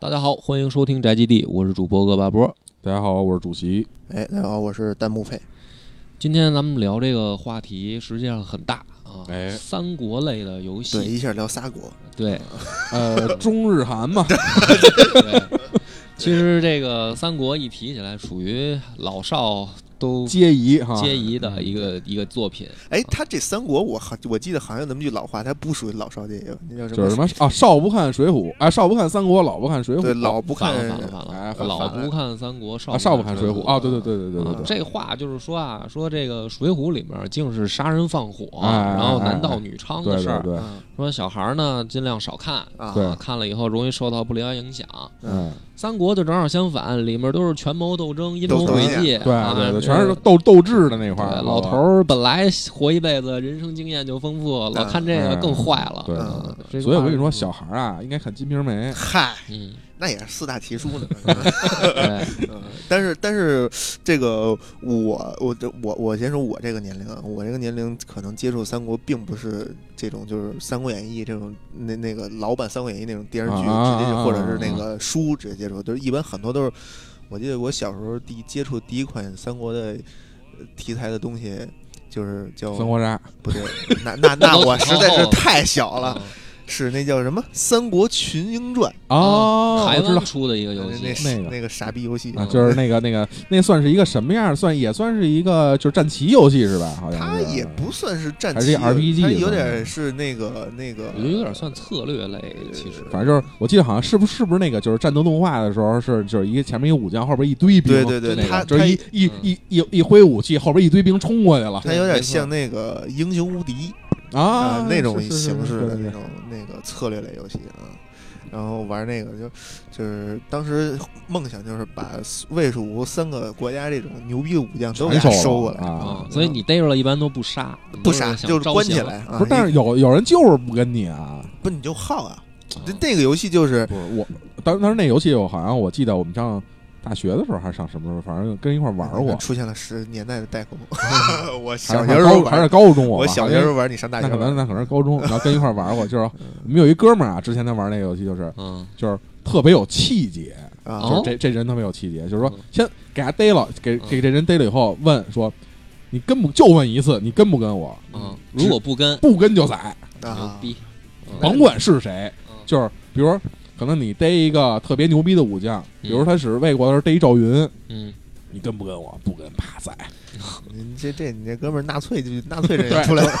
大家好，欢迎收听宅基地，我是主播恶霸波。大家好，我是主席。哎，大家好，我是弹幕费。今天咱们聊这个话题实际上很大啊，哎三国类的游对，戏，一下聊仨国，对呃， 中日韩嘛，对其实这个三国一提起来，属于老少都皆宜哈，皆宜的一个一个作品。哎，他这三国我好，我记得好像有那么句老话，他不属于老少皆宜，那叫什么？就是什么啊，少不看《水浒》，啊，少不看三国，老不看《水浒对，》，老不看反了反了反哎了，反老反不看三国，少啊，少不看《看水浒》啊，对对对对对对啊对，这话就是说啊，说这个《水浒》里面竟是杀人放火，哎哎哎然后男盗女娼对的对事儿。嗯对，嗯啊说小孩儿呢尽量少看，啊对啊看了以后容易受到不良影响。嗯，三国就正好相反，里面都是权谋斗争、阴谋斗诡智计，对啊对对，这全是斗斗智的那块儿，对老头儿本来活一辈子，人生经验就丰富，老看这个更坏了。嗯对啊老。所以我跟你说，，这小个孩儿啊，应该看《金瓶梅》。嗯嗨，嗯，那也是四大奇书 呢。对，嗯但是但是这个我我我我先说，我这个年龄啊，我这个年龄可能接触三国并不是这种就是《三国演义》这种那那个老版《三国演义》那种电视剧，啊直啊接就啊或者是那个书直接接触，就是一般很多都是。我记得我小时候第一接触第一款三国的呃题材的东西，就是叫三国杀，不对，那那那我实在是太小好了，是那叫什么《三国群英传啊哦，台我知湾道出的一个》游那戏，那个那个傻逼游戏啊，就是那个那个那算是一个什么样儿？算也算是一个就是战棋游戏是吧？好像它是也不算是战还是棋一 RPG 它有算是点是那个那个，我觉得有点算策略类，其实。反正就是，我记得好像是不是是不是那个，就是战斗动画的时候是就是一个前面一武将，后边一堆兵，对对就那对，嗯个它就它是一一一一一挥武器，后边一堆兵冲过去了它有没错点像那个英雄无敌啊呃那种是是是形式对的对那对种那个策略类游戏啊。然后玩那个就就是当时梦想就是把魏蜀吴三个国家这种牛逼的武将都给全收它了收过来啊嗯所以你逮着了一般都不杀，不都杀想就是招关起降来啊！不是，但你是有有人就是不跟你啊。不你就耗啊！啊那那个游戏就是不是我，当当时那游戏我好像我记得我们上大学的时候还是上什么时候，反正跟一块玩过，嗯嗯出现了十年代的代沟。 我还小是学还时是候高还玩，是高中吧我小学时候玩，你上那大可能学玩。那可能是高中，然后跟一块玩过， 就是嗯我们有一哥们儿啊，之前他玩那个游戏就是嗯，就是特别有气节，啊就是哦这这人特别有气节，就是说嗯先给他逮了，给给这人逮了以后问说，你跟不就问一次，你跟不跟我？嗯，如果不跟，不跟就宰，牛啊！逼，嗯甭管是谁，嗯就是比如说可能你逮一个特别牛逼的武将，比如嗯他使魏国的时候逮一赵云，嗯，你跟不跟我？不跟，啪宰，你这这你这哥们儿纳粹就纳粹人对也出 来了，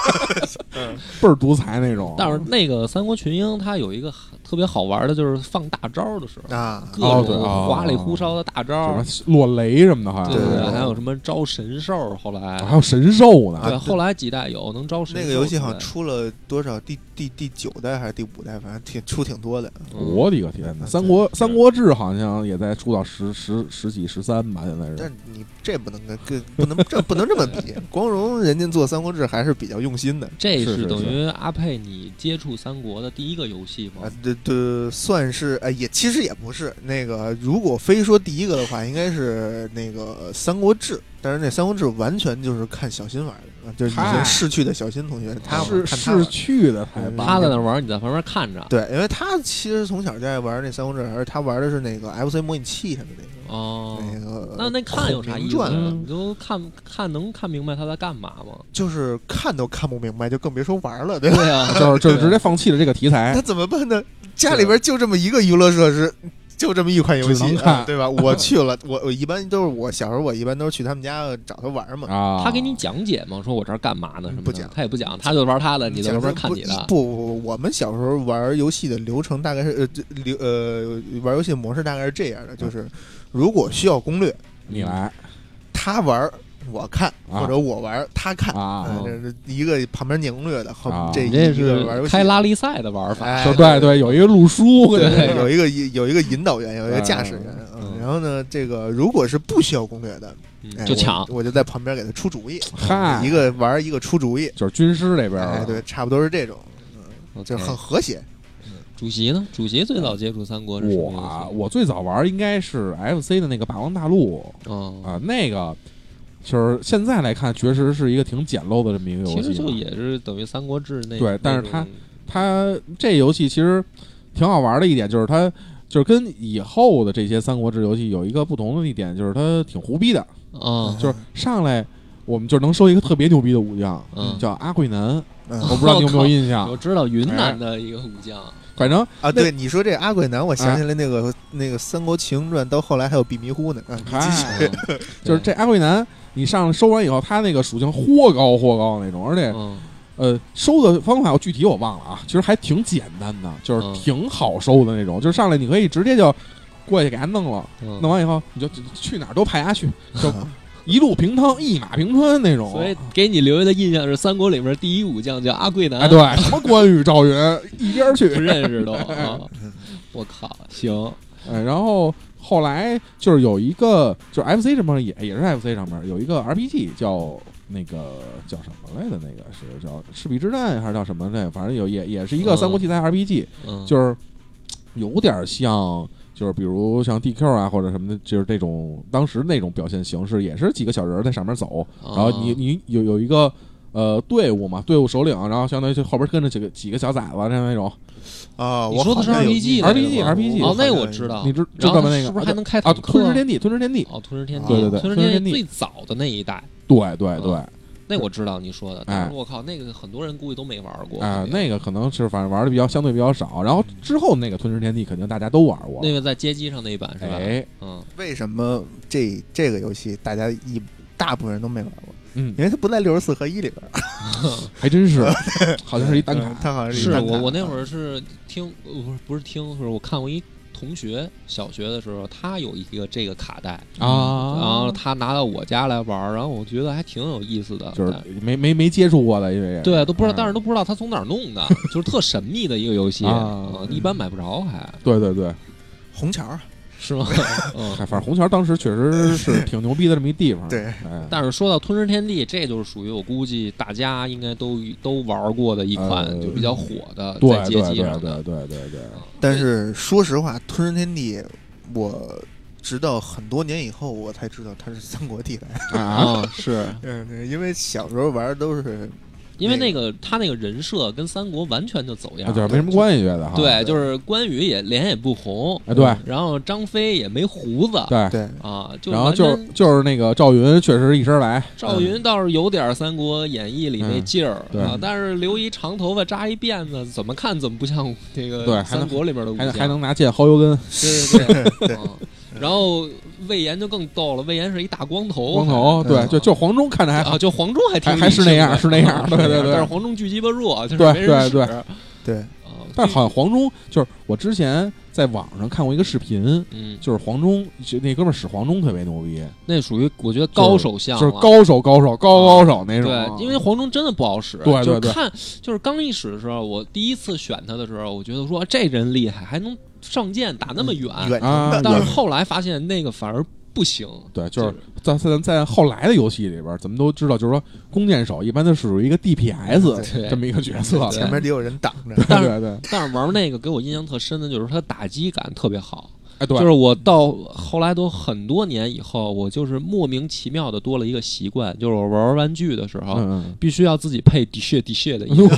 倍儿独裁那种。但是那个《三国群英》它有一个很特别好玩的，就是放大招的时候， 啊！各对种哦花里胡哨的大招，什么落雷什么的，好像对对还有什么招神兽，后来还有神兽呢。对，啊后来几代有能招神兽那出来。个游戏好像出了多少第第第九代还是第五代，反正挺出挺多的。嗯我的个天哪！对三国《三国志》好像也在出到十十十几十三吧，现在但是。是你这不能跟跟不能这不能这 么比，光荣人家做《三国志》还是比较用心的这是是是等于阿佩你接触三国的第一个游戏啊吗？，这这算是哎也其实也不是那个，如果非说第一个的话，应该是那个《三国志》，但是那《三国志》完全就是看小新玩的，啊就是已嗨经逝去的小新同学，他是玩看他玩是去的太棒了，他在那玩，你在旁边看着。对，因为他其实从小就爱玩那《三国志》，而他玩的是那个 FC 模拟器上的那哦，个那个。那那看有啥意思孔呢？明传啊你都看看能看明白他在干嘛吗？ 就是看都看不明白，就更别说玩了，对吧？对 啊，就是就是直接放弃了这个题材哎那，怎么办呢？家里边就这么一个娱乐设施，就这么一款游只能戏，看啊对吧？我去了，我我一般都是我小时候，我一般都是去他们家找他玩嘛。啊，他给你讲解吗？说我这儿干嘛呢？什么的不讲他也不讲，他就玩他啊的，你在旁讲边这看不你的。不不不，我们小时候玩游戏的流程大概是呃这流呃玩游戏模式大概是这样的，就是嗯如果需要攻略，你来他玩儿我看，啊或者我玩儿他看。啊嗯，这是一个旁边念攻略的，啊后这哦你一这一个玩是游戏开拉力赛的玩法，哎就对对，有一个路书，对对对，有一个有一个引导员，有一个驾驶员嗯。嗯然后呢，这个如果是不需要攻略的，哎嗯就抢。我，我就在旁边给他出主意，嗨，一个玩儿一个出主意。就是军师这边哎，儿，对，差不多是这种，就 OK 是很和谐。主席呢？主席最早接触三国是什么我啊我最早玩儿应该是 FC 的那个《霸王大陆嗯》啊，那个就是现在来看，确实是一个挺简陋的这么一个游戏其吧。实就也是等于《三国志》那对但是那种它它这游戏其实挺好玩的一点就是它。就是跟以后的这些三国志游戏有一个不同的一点，就是它挺胡逼的，啊，就是上来我们就能收一个特别牛逼的武将，嗯叫阿贵南， 我哦嗯不知道你有我没有靠印象我，知道哎云南的一个武 将，哦反正啊，对，你说这阿鬼男，我想起来那个那个《三国群英传》，到后来还有避迷糊呢。啊，嗨你继续嗯哎就是这阿贵南，你上来收完以后，他那个属性豁高豁高的那种，而且嗯呃收的方法我具体我忘了啊，其实还挺简单的，就是嗯挺好收的那种，就是上来你可以直接就过去给他弄了，嗯弄完以后你就就去哪儿都派 他去，就一路平汤一马平川那种。所以给你留下的印象是三国里面第一武将叫阿贵南，哎，对，什么关羽、赵云一边儿去不，认识都。啊我靠，行，哎，然后后来就是有一个，就是 FC 上面也也是 FC 上面有一个 RPG 叫那个叫什么来的那个是叫《赤壁之战》还是叫什么来着？反正有也也是一个嗯三国题材 RPG，、嗯，就是有点像。就是比如像 DQ 啊或者什么的，就是这种当时那种表现形式，也是几个小人儿在上面走，啊然后你你有有一个呃队伍嘛，队伍首领，然后相当于就后边跟着几个几个小崽子这样那种，啊，你我说的好是像有 RPG 印象 RPG 我好像 RPG 哦，那有我印知象道，你知知然道后吧？那个是不是啊还能开啊，坦克吞食天地，吞食天地，哦，吞食天地，对对对吞食吞食天天地地最早的那一代，对对啊对，嗯那我知道你说的，哎但是我靠，那个很多人估计都没玩过啊、那个可能是反正玩的比较相对比较少。然后之后那个《吞食天地》肯定大家都玩过，那个在街机上那一版是吧？哎，嗯，为什么这这个游戏大家一大部分人都没玩过？嗯，因为它不在六十四合一里边儿，还真是，好像是一单啊嗯卡，它好像啊是一单卡我我那会儿是听，呃不是不是听，是我看我一同学小学的时候，他有一个这个卡带啊然后他拿到我家来玩儿，然后我觉得还挺有意思的，就是嗯但没没没接触过的，因为啊对，都不知道，但是都都不知道他从哪儿弄的，就是特神秘的一个游戏，啊嗯一般买不着 还，对对对，红桥儿，是吗？嗯，嗨，反正红桥当时确实是挺牛逼的这么一地方，对哎，但是说到《吞食天地》，这就是属于我估计大家应该都都玩过的一款，呃就比较火的，对在街对对机上的对。对对对，但是说实话，《吞食天地》我直到很多年以后我才知道它是三国题材。啊，啊，是 嗯，因为小时候玩儿都是因为那个他那个人设跟三国完全就走样啊就，是没什么关系，觉得哈，对，就是关羽也脸也不红，哎对然后张飞也没胡子，对。对啊，就然后完就全是就是那个赵云，确实一身来，赵云倒是有点《三国演义》里那劲儿、嗯啊对，但是留一长头发扎一辫子，怎么看怎么不像这对还个能三国里边的武还将，能还能拿剑薅油根，对对对 对啊然后魏延就更逗了，魏延是一大光头，光头，对对，嗯就就黄忠看着还啊，就黄忠还挺还还是那样理性的是那样啊对对对但是黄忠巨鸡巴弱，就是对没人使对对啊，对，但是好像黄忠就是我之前在网上看过一个视频，嗯，就是黄忠就那哥们儿使黄忠特别牛逼，那属于我觉得高手相就了，是高手高手高高手那种。对，因为黄忠真的不好使。对对就是对看就是刚一使的时候，我第一次选他的时候，我觉得说这人厉害，还能上剑打那么远。远程啊的，但是后来发现那个反而不行。对，就是在在在后来的游戏里边儿，咱们都知道，就是说弓箭手一般都是属于一个 DPS 对这么一个角色。对前面得有人挡着。但是对对，但是玩那个给我印象特深的就是他打击感特别好，哎对，就是我到后来都很多年以后，我就是莫名其妙的多了一个习惯，就是我玩玩具的时候，嗯必须要自己配的确的确 的音乐，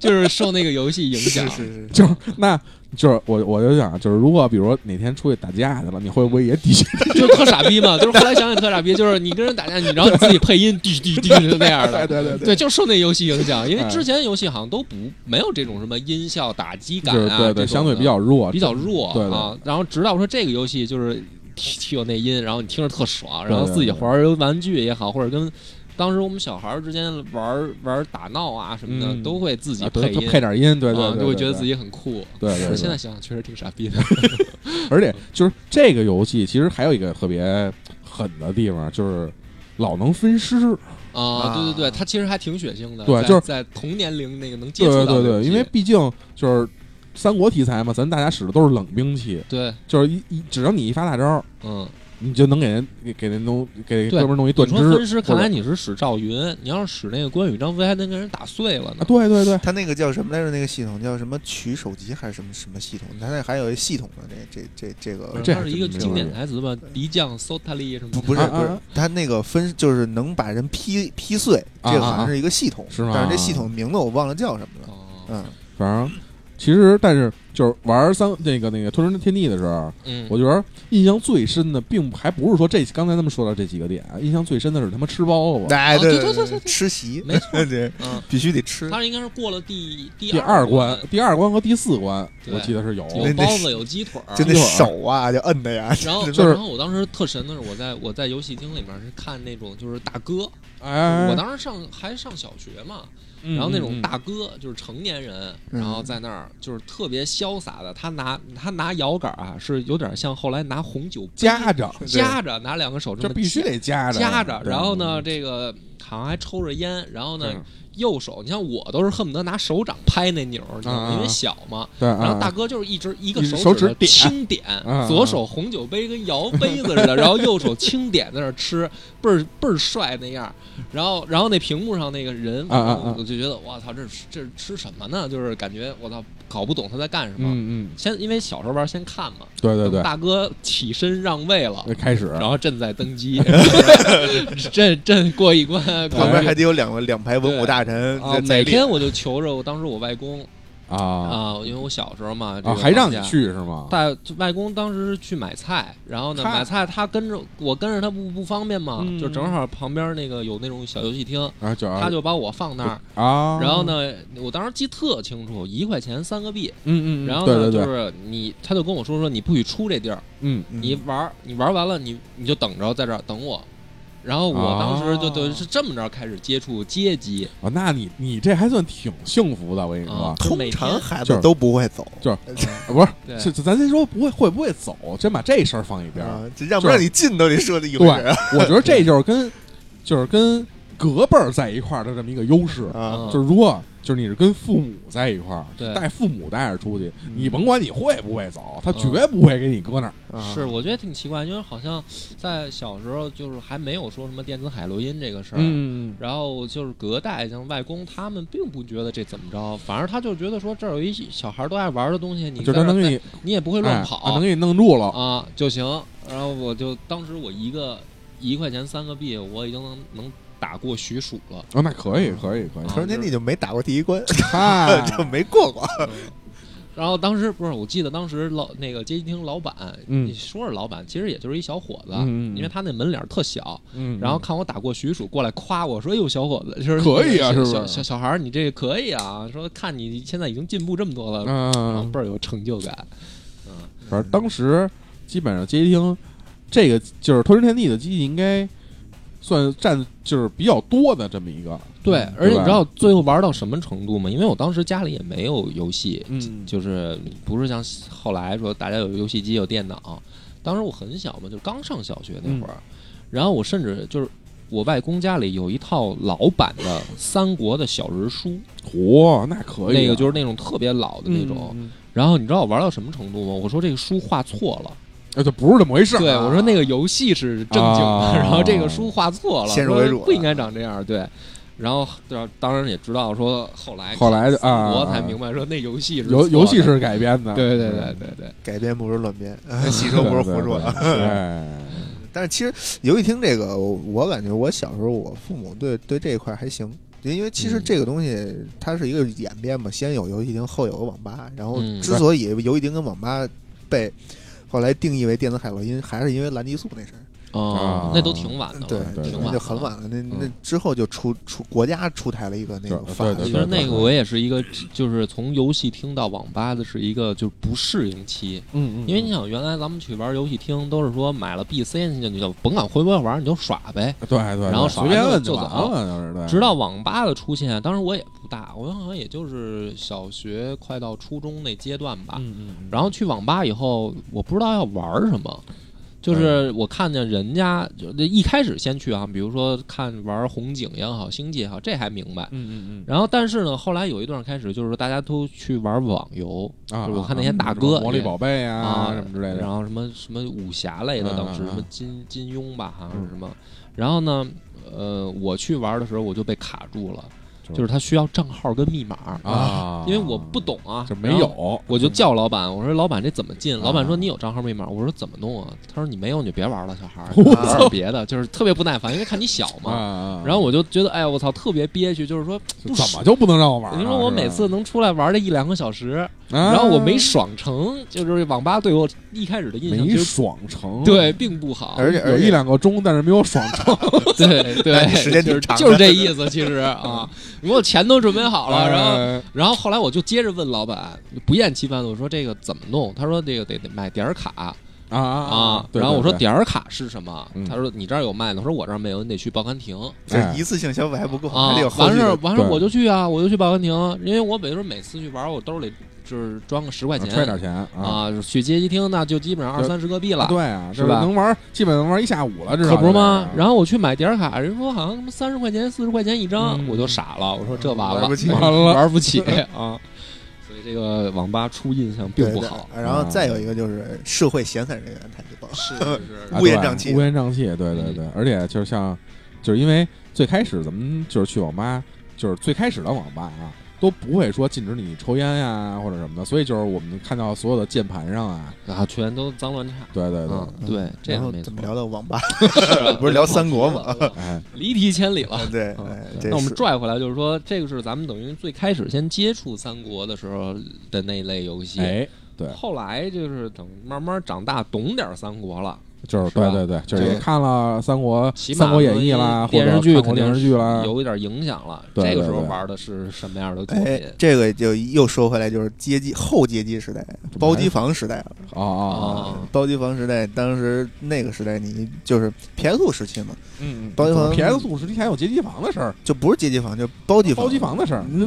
就是受那个游戏影响。是是嗯，就是那就是我我就想，就是如果比如说哪天出去打架去了，你会不会也底下就是特傻逼嘛，就是后来想想特傻逼，就是你跟人打架，你然后你自己配音，滴滴滴就那样 的，对 对对，就受那游戏影响，因为哎之前游戏好像都不没有这种什么音效打击感就是啊，对这种对，的相对比较弱，比较弱对对啊。然后直到说这个游戏就是提提有那音，然后你听着特爽，对然后自己玩儿玩具也好，或者跟。当时我们小孩儿之间玩儿玩儿打闹啊什么的，嗯都会自己啊都配都音，配点音，对对啊，对，就会觉得对自己很酷。对对对现在想想确实挺傻逼的。而且就是这个游戏，其实还有一个特别狠的地方，就是老能分尸。啊，对对对，啊他其实还挺血腥的，对在就是在同年龄那个能接对触对到对的对，东西因为毕竟就是三国题材嘛，咱大家使的都是冷兵器，对，就是一一只要你一发大招，嗯，你你就能给人给给人弄给对哥们儿弄一断肢说。分尸，或者看来你是使赵云，你要是使那个关羽、张飞，还能给人打碎了啊，呢。对对对。它那个叫什么来着？那个系统叫什么？取手机还是什么什么系统？它那还有一系统呢。这这这这个不是这它还嗯是真一个没经典玩台词吧？敌将搜他利什么的？不不是啊不是啊，它那个分就是能把人劈劈碎，这啊个啊好啊像是一个系统，是吗但是这系统名字我忘了叫什么了。哦，嗯，反正其实但是就是玩三那个那个《吞食天地》的时候，啊嗯，我觉得印象最深的，并还不是说这刚才他们说到这几个点，啊印象最深的是他妈吃包子。哎，啊对对对对对对吃席，没 对，嗯，必须得吃。他应该是过了第第第二二关、第二关和第四关，对我记得是有。有包子有鸡腿儿，就那一会儿手啊，就摁的呀，然后，就是然后我当时特神的是，我在我在游戏厅里面是看那种就是大哥，哎，我当时上还上小学嘛，嗯然后那种嗯大哥就是成年人，嗯然后在那儿就是特别潇洒的，他拿他拿摇杆啊，是有点像后来拿红酒杯 夹着，夹着，拿两个手这么必须得夹着，夹着，然后呢，对，嗯这个好像还抽着烟，然后对呢，右手，你像我都是恨不得拿手掌拍那钮儿，你知道啊吗？啊因为小嘛。对，然后啊大哥就是一直一个一只手手指的点轻点啊，左手红酒杯跟摇杯子似的，然后右手轻点在那儿吃，倍儿倍儿帅那样儿。然后，然后那屏幕上那个人，啊啊啊我就觉得我操，这是这是吃什么呢？就是感觉我操搞不懂他在干什么。嗯嗯，先因为小时候玩先看嘛，对对等对，大哥起身让位了，开始，然后朕再登 基，朕朕过一关，过旁边还一得有两个两排文武大臣啊在，在每列天我就求着我当时我外公啊啊，因为我小时候嘛，这啊，个还让你放假。去是吗？带外公当时是去买菜，然后呢，嗨买菜他跟着我跟着他不不方便嘛，嗯就正好旁边那个有那种小游戏厅，然后就他就把我放那儿，啊，然后，呢，我当时记特清楚，一块钱三个币，嗯嗯，然后对呢就对对，是你，他就跟我说说你不许出这地儿，嗯，嗯你玩儿，你玩完了，你你就等着在这儿等我。然后我当时就哦对是这么着开始接触阶级，啊，那你你这还算挺幸福的，我跟你说啊，通常孩就子是都不会走，啊不是，嗯对，是咱先说不会会不会走，先把这事儿放一边儿。啊，这让不让你进都得说的一回对事儿，嗯我觉得这就是跟就是跟隔辈儿在一块儿的这么一个优势，啊嗯。就是如果就是你是跟父母在一块儿，对带父母带着出去，嗯你甭管你会不会走，他嗯绝不会给你搁那儿。啊是我觉得挺奇怪，因为好像在小时候就是还没有说什么电子海洛因这个事儿。嗯，然后就是隔代，像外公他们并不觉得这怎么着，反而他就觉得说这儿有一小孩儿都爱玩的东西，你嗯就在他这儿能带给你你也不会哎乱啊跑能给你弄住了。啊就行。然后我就当时我一个一块钱三个币，我已经能能打过许褚了。啊，那可以，可以，可以。啊可是那你就没打过第一关， 嗨就没过过。然后当时不是，我记得当时老那个街机厅老板，嗯你说是老板，其实也就是一小伙子，嗯嗯嗯因为他那门脸儿特小，嗯，然后看我打过许褚，过来夸我说：“哎呦，小伙子，就是可以啊小是不小是小小孩儿，你这个可以啊！说看你现在已经进步这么多了，然后嗯，倍儿有成就感。反正当时基本上街机厅这个就是《偷食天地》的机器应该算占就是比较多的这么一个。对嗯，而且你吧知道最后玩到什么程度吗？因为我当时家里也没有游戏，嗯，就是不是像后来说大家有游戏机有电脑，当时我很小嘛，就刚上小学那嗯会儿，然后我甚至就是我外公家里有一套老版的三国的小人书，嚯，那可以啊，那个就是那种特别老的那种。嗯，嗯然后你知道我玩到什么程度吗？我说这个书画错了，嗯啊，就不是这么回事儿啊。对我说那个游戏是正经的，啊然后这个书画错了，先入为主说不应该长这样，对。然后，对啊当然也知道说后来后来就啊，我才明白说那游戏是游错的游戏是改编的，对对对对对。改编不是乱编， 吸收不是胡说。哎，但是其实游戏厅这个，我我感觉我小时候我父母对对这一块还行，因为其实嗯这个东西它是一个演变嘛，先有游戏厅，后有个网吧。然后嗯之所以游戏厅跟网吧被后来定义为电子海洛因，还是因为蓝激素那事儿。哦啊，那都挺晚的了，对，对挺那晚，就很。晚了。那那嗯之后就出出国家出台了一个那个对法对其律实对，那个我也是一个，就是从游戏厅到网吧的是一个就是不适应期，嗯嗯，因为你想原来咱们去玩游戏厅都是说买了币塞进去，你就甭管会不会玩，你就耍呗。对对对，然后随便问就完走了，就是对，直到网吧的出现，当时我也不大，我好像也就是小学快到初中那阶段啊吧。嗯嗯嗯，然后去网吧以后，我不知道要玩什么，就是我看见人家就一开始先去啊，比如说看玩红警也好，星际也好，这还明白。嗯嗯然后，但是呢，后来有一段开始，就是说大家都去玩网游嗯啊，就是我看那啊些啊大什哥么魔力宝贝啊啊什么之类的然，后什么什么武侠类的，嗯当时什嗯么嗯金金庸吧，好像是嗯什么。然后呢，呃，我去玩的时候我就被卡住了，就是就是他需要账号跟密码，啊，因为我不懂啊，就没然后有，我就叫老板，我说老板这怎么进？啊老板说你有账号密码，我说怎么弄啊？他说你没有你就别玩了，小孩儿我玩点别的，就是特别不耐烦，因为看你小啊嘛。啊，然后我就觉得，哎呀，我操，特别憋屈，就是说就不怎么就不能让我玩啊？你说我是吧每次能出来玩这一两个小时，然然后我没嗯爽成，就是网吧对我一开始的印象没其实爽成，对并不好，而且有而一且两个钟，但是没有爽成。对那对，你时间就是挺长的就是这意思，其实 啊，我钱都准备好了，然后后然后后来我就接着问老板，不厌其烦的我说这个怎么弄？他说这个得得买点儿卡啊啊啊，，对然后我对说对点儿卡是什么嗯？他说你这儿有卖的，我说我这儿没有，你得去报刊亭这哎一次性消费还不够，啊还得有。后完续事儿的。完事儿对我就去啊，我就去报刊亭，因为我比如说每次去玩儿，我兜里就是装个十块钱，揣点钱啊，啊，去街机厅那就基本上二对三十个币啊了。对啊，是这吧能玩，基本能玩一下午了，这可不是啊吗？然后后我去买点儿卡，人说好像他妈三十块钱、四十块钱一张，嗯我就傻了。我说这完了，玩 不起完了玩不起啊！ 所以这个网吧初印象并不好，对。对然后再有一个就是社会闲散人员太多了，是啊乌烟瘴气嗯乌烟瘴气，对对对，而且就是像，就是因为最开始咱们就是去网吧，就是最开始的网吧啊。都不会说禁止你抽烟呀、或者什么的，所以就是我们看到所有的键盘上啊，是啊，全都脏乱差。对对对，嗯，对，这样然后没怎错么。聊到 网吧？是不是聊三国吗？跑题了哎， 离题千里了。对，嗯哎那我们这是拽回来，就是说，这个是咱们等于最开始先接触三国的时候的那一类游戏。哎，对后来就是等慢慢长大，懂点儿三国了，就是是吧对对对，就是对也看了三国《起码三国演义》啦，或电者视剧看肯过定电视剧啦，有一点影响了。对对这个时候对玩的是什么样的作哎品？，这个就又说回来，就是街机后街机时代，包机房时代了。哦哦，啊，包机房时代，当时那个时代，你就是 PS 时期嘛，嗯包机房 PS 五时期还有街机房的事儿，就不是街机房，就包机房。包机房的事儿，那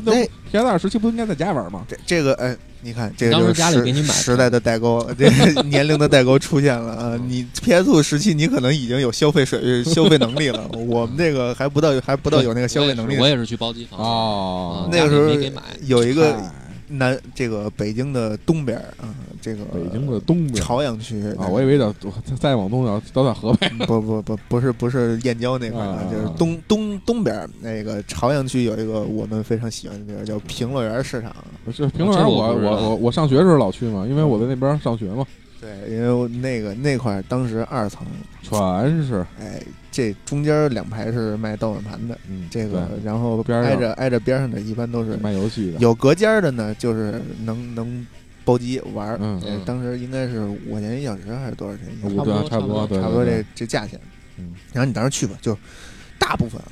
PS 二时期不应该在家玩吗？这这个，哎，你看，这个当时就是家里时给你买的时代的代沟， 这个年龄的代沟出现了啊！嗯你 PS 五时期，你可能已经有消费水消费能 力了，我们这个还不到，还不到有那个消费能力我。也是去包机房。哦哎啊，那个时家里没候给买有一个嗨南，这个北京的东边儿啊，这个北京的东边朝阳区 嗯啊，我以为叫再往东要都在河北 不不不，不是不是燕郊那块儿啊的，就是东东东边儿那个朝阳区有一个我们非常喜欢的地儿，叫平乐园市场。，就是评论员这我我不知道啊我我我上学的时候老去嘛，因为我在那边上学嘛，对，因为我那个那块儿当时二层，全是哎，这中间两排是卖豆腐盘的，嗯这个对然后边儿挨上着挨着边上的一般都是卖游戏的，有隔间儿的呢，就是能能包机玩儿。嗯呃当时应该是五块钱一小时还是多少钱一小差时？五不多对差差不不多多对差不多这这价钱。嗯，然后你当时去吧，就大部分啊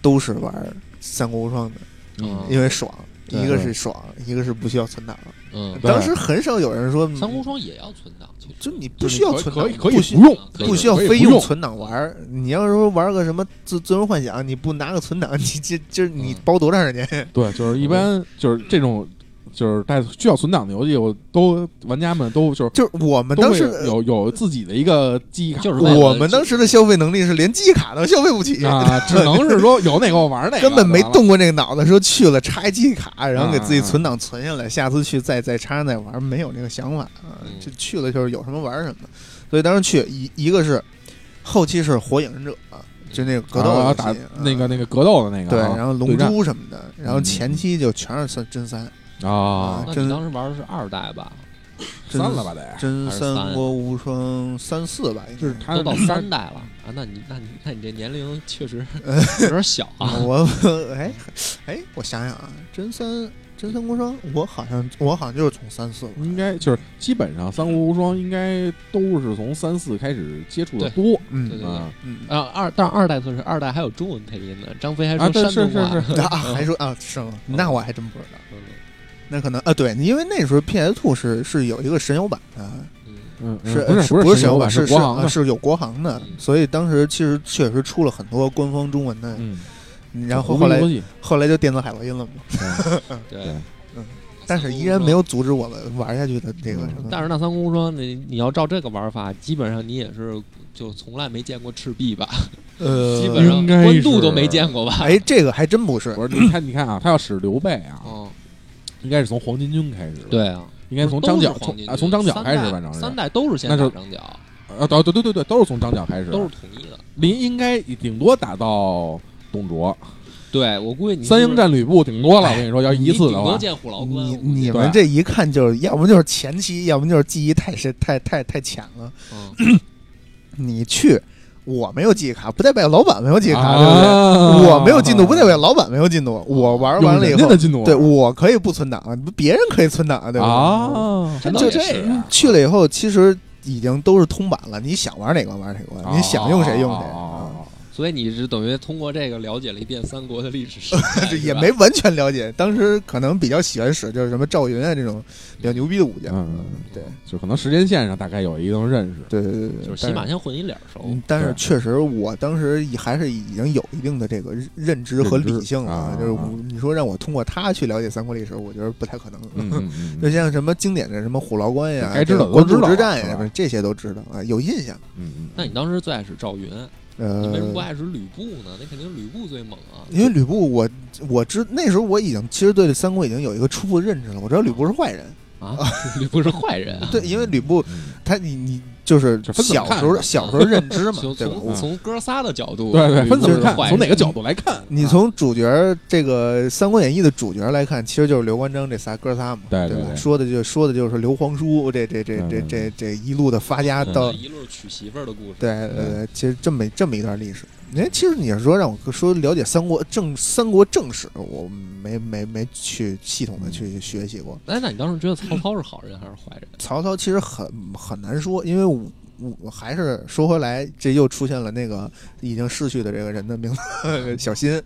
都是玩《三国无双》的，嗯因为爽，对一个是爽，一个是不需要存档。嗯，对当时很少有人说三国，双也要存档，其实就你不需要存档，可以可以不不需用，可以不需要可以非不用存档玩儿。你要是说玩个什么自自由幻想，你不拿个存档，你 这这你嗯包多长时间？ 对，就是一嗯般就是这种就是带需要存档的游戏，我都玩家们都就是就是我们都呃当会时，有有自己的一个记忆卡，就是为了我们当时的消费能力是连记忆卡都消费不起。啊，只能是说有哪个我玩哪个， 根本没得了。动过这个脑子，说去了插一记忆卡，然后给自己啊存档存下来，下次去再再插上再玩，没有那个想法啊嗯，就去了就是有什么玩什么。所以当时去一一个是后期是火影忍者啊，就那个格斗游戏啊打啊那个那个格斗的那个对，啊，然后龙对战嗯珠什么的，然后前期就全是三真三，啊，那真你当时玩的是二代吧？真删了吧得，真还是三三国无双三四吧，应该就是他都到三代了啊！那你那你那你这年龄 确实呃有点小啊。我哎哎，我想想啊，真三真三国无双，我好像我好像就是从三四吧。应该就是基本上三国无双应该都是从三四开始接触的多对嗯对啊嗯啊，二但二代可是二代还有中文配音呢，张飞还啊，说对山是东是话。是，啊，还说啊是吗？那我还真不知道，嗯那可能啊，对，因为那时候 PS Two 是是有一个神游版的，嗯嗯，嗯是不是不是神游版，是是国行是的啊，是有国行的，嗯所以当时其实确实出了很多官方中文的，嗯，然后后来游戏后来就电子海洛因了嘛，对嗯，但是依然没。有阻止我们玩下去的这个什么。嗯但是那三国无双，你你要照这个玩法，基本上你也是就从来没见过赤壁吧？呃，基本上应该是官渡都没见过吧？哎，这个还真不是，不是你看你看啊，他要使刘备啊，嗯，应该是从黄巾军开始，，对啊，应该从张角从啊从张角开始，吧反，正是三代都是先那打就张角，啊，对对对对对，都是从张角开始，都是统一的。您应该顶多打到董卓，对我估计你三英就是哎战吕布顶多了。我跟你说，要一次你的顶多话，见虎牢关，你我估计你们这一看就是，要不就是前期，要不就是记忆太深、太太太浅了。嗯你去我没有记忆卡，不代表老板没有记忆卡，啊对不对？对我没有进度，不代表老板没有进度。我玩完了以后嗯的，进度，对我可以不存档，啊别人可以存档，对吧？啊，真的就也是这样去了以后，其实已经都是通版了，你想玩哪个玩哪个，你想用谁用谁。啊啊所以你是等于通过这个了解了一遍三国的历史 时代这是也吧没完全了解，当时可能比较喜欢使就是什么赵云啊这种比较牛逼的武将。嗯，对就可能时间线上大概有一定认识。对对对对，就是起码但是先混一脸熟。嗯但是对确实，我当时已还是已经有一定的这个认认知和理性了认。知就是啊我你说让我通过他去了解三国历史，我觉得不太可能。嗯嗯就嗯像什么经典的什么虎牢关呀、该知道这个官都知渡道之战呀，是吧什么这些都知道啊，有印象。嗯那你当时最爱是赵云，你为什么不呃，爱是吕布呢？那肯定吕布最猛啊！嗯因为吕布我，我知那时候我已经其实对三国已经有一个初步的认知了，我知道吕布是坏人。啊， 吕布是坏人啊！对，因为吕布嗯，他你你就是就分怎么小看时候是吧小时候认知嘛 从，对吧？从从哥仨的角度，对对，吕分布怎么是看？坏从哪人个角度来看？你从主角这个《三国演义》的主角来看，其实就是刘关张这仨哥仨嘛，对对对吧？对说的就说的就是刘皇叔这这这这嗯这这一路的发家嗯到一路娶媳妇儿的故事，对嗯呃，其实这么这么一段历史。哎，其实你要说让我说了解三国正三国正史，我没没没去系统的去学习过。哎，那你当时觉得曹操是好人还是坏人？曹操其实很很难说，因为我我还是说回来，这又出现了那个已经逝去的这个人的名嗯字 小新，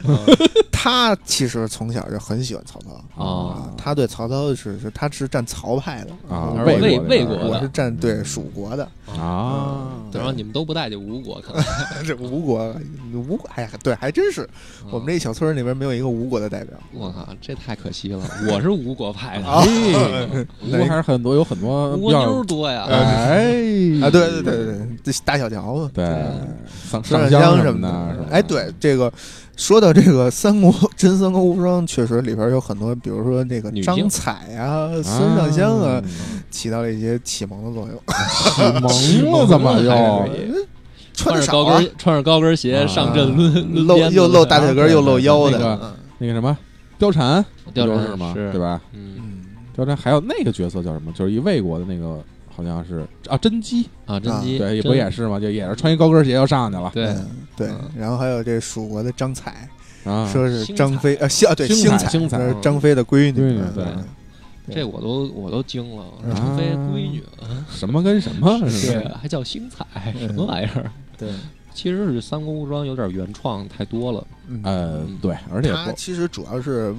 他其实从小就很喜欢曹操。啊啊，他对曹操是是他是站曹派的啊我魏是魏魏国的嗯我是站对蜀国的，啊，对，然后你们都不待见吴国，看来 这吴国吴国哎对还真是我们这一小村儿里边没有一个吴国的代表，我靠，这太可惜了。我是吴国派的，啊哎，不过还是很多有很多吴比国妞较儿多呀。 哎啊，对对对对，这大小条子，对上上香香什么的的，，哎，对这个，说到这个三国真三国无双，确实里边有很多，比如说那个女性张彩啊、孙尚香啊，起到了一些启蒙的作用。启蒙了怎么还又是穿穿的着少高啊，跟，穿着高跟鞋上阵抡抡露鞭子啊又露大腿根儿又露腰那的嗯个，那个什么貂蝉？貂貂蝉蝉嘛，是对吧？嗯嗯，貂蝉还有那个角色叫什么？就是一魏国的那个，好像是啊，甄姬，啊，甄姬对，也不也是嘛，就也是穿一高跟鞋就上去了对嗯对嗯，然后还有这蜀国的张彩，啊。说是星张彩飞呃，星啊对，星星彩彩，星彩说是张飞的闺闺女女，嗯对嗯这我都我都惊了，啊张飞闺女什么跟什么是是吧？还叫星彩嗯什么玩意儿？对，其实是三国无双有点原创太多了，嗯呃，对，而且他其实主要是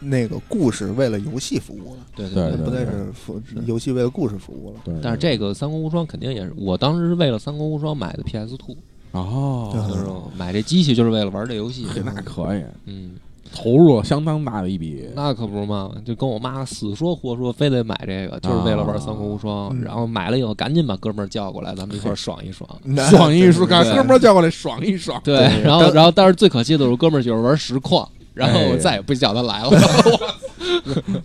那个故事为了游戏服务了，对对不再是服游戏为了故事 服务了。对，但是这个《三国无双》肯定也是，我当时是为了《三国无双》买的 PS Two，嗯哦，就是买这机器就是为了玩这游戏。那可以嗯，投入相当大的一笔，那可不是嘛，就跟我妈死说活说，非得买这个，就是为了玩《三国无双》啊嗯然后买了以后，赶紧把哥们儿叫过来，咱们一块儿爽一爽。 那爽一爽，对赶哥们儿叫过来爽一爽。对嗯对然后但然后但是最可惜的是，我哥们儿喜欢玩实况，然后我哎再也不叫他来了。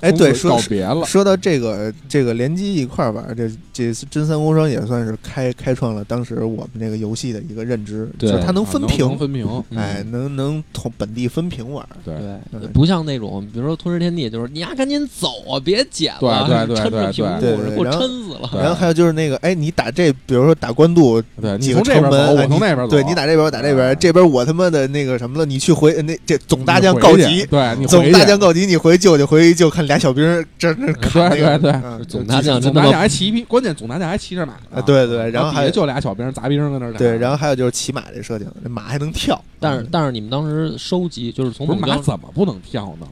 哎，对，从说此告别了，说到这个这个联机一块儿玩儿，这这次《真三国无双》也算是开开创了当时我们这个游戏的一个认知，对就是它能啊分能屏，分屏，嗯哎，能能同本地分屏玩儿。对对，嗯不像那种，比如说《吞食天地》，就是你呀，赶紧走啊，别捡了，对对对撑着屏 幕对对给对我然后撑死了。对然后还有就是那个，哎，你打这，比如说打官渡，对，你几个从这边城门走，哎我从你那边走，对你打这边，我打这边，哎这边我他妈的那个什么了，你去回那这总大将你告回去急，对，你回总去大将告急，你回去救去，回去救，看俩小兵儿这 那砍那对个，对对嗯总大将真总他大妈将还骑一匹，关键总大将还骑着马啊，对对，然后底还下有就俩小兵杂兵跟那儿打。对，然后还有就是骑马这设定，这马还能跳，嗯但是但是你们当时收集就是从不是母马教怎么不能跳呢？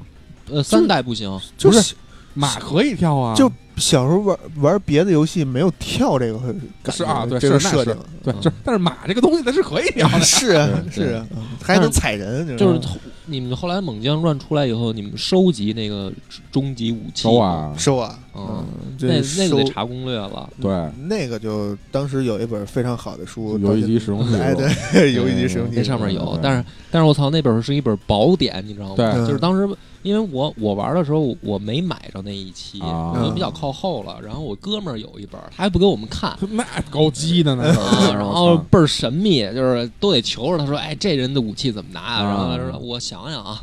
呃三代不行，就不是是啊马可以跳啊，就小时候玩玩别的游戏没有跳这个感是觉啊，对，这是个那设是定，对，就是但是马这个东西它 是可以跳的，是啊对是对啊，嗯还能踩人，就是是后你们后来《猛将传》出来以后，你们收集那个终极武器，啊，收啊，嗯嗯，那这那个收得查攻略了。对，那个就当时有一本非常好的书，游戏机使时用记录哎 对，游戏机使用那记嗯录上面有对，但是但是我操，那本是一本宝典，你知道吗？对就是当时因为我我玩的时候我没买着那一期，啊我都比较靠后了。然后我哥们儿有一本，他还不给我们看那高级的呢，啊，然后倍儿神秘，就是都得求着他说，哎，这人的武器怎么拿啊？啊然后他说我想想啊，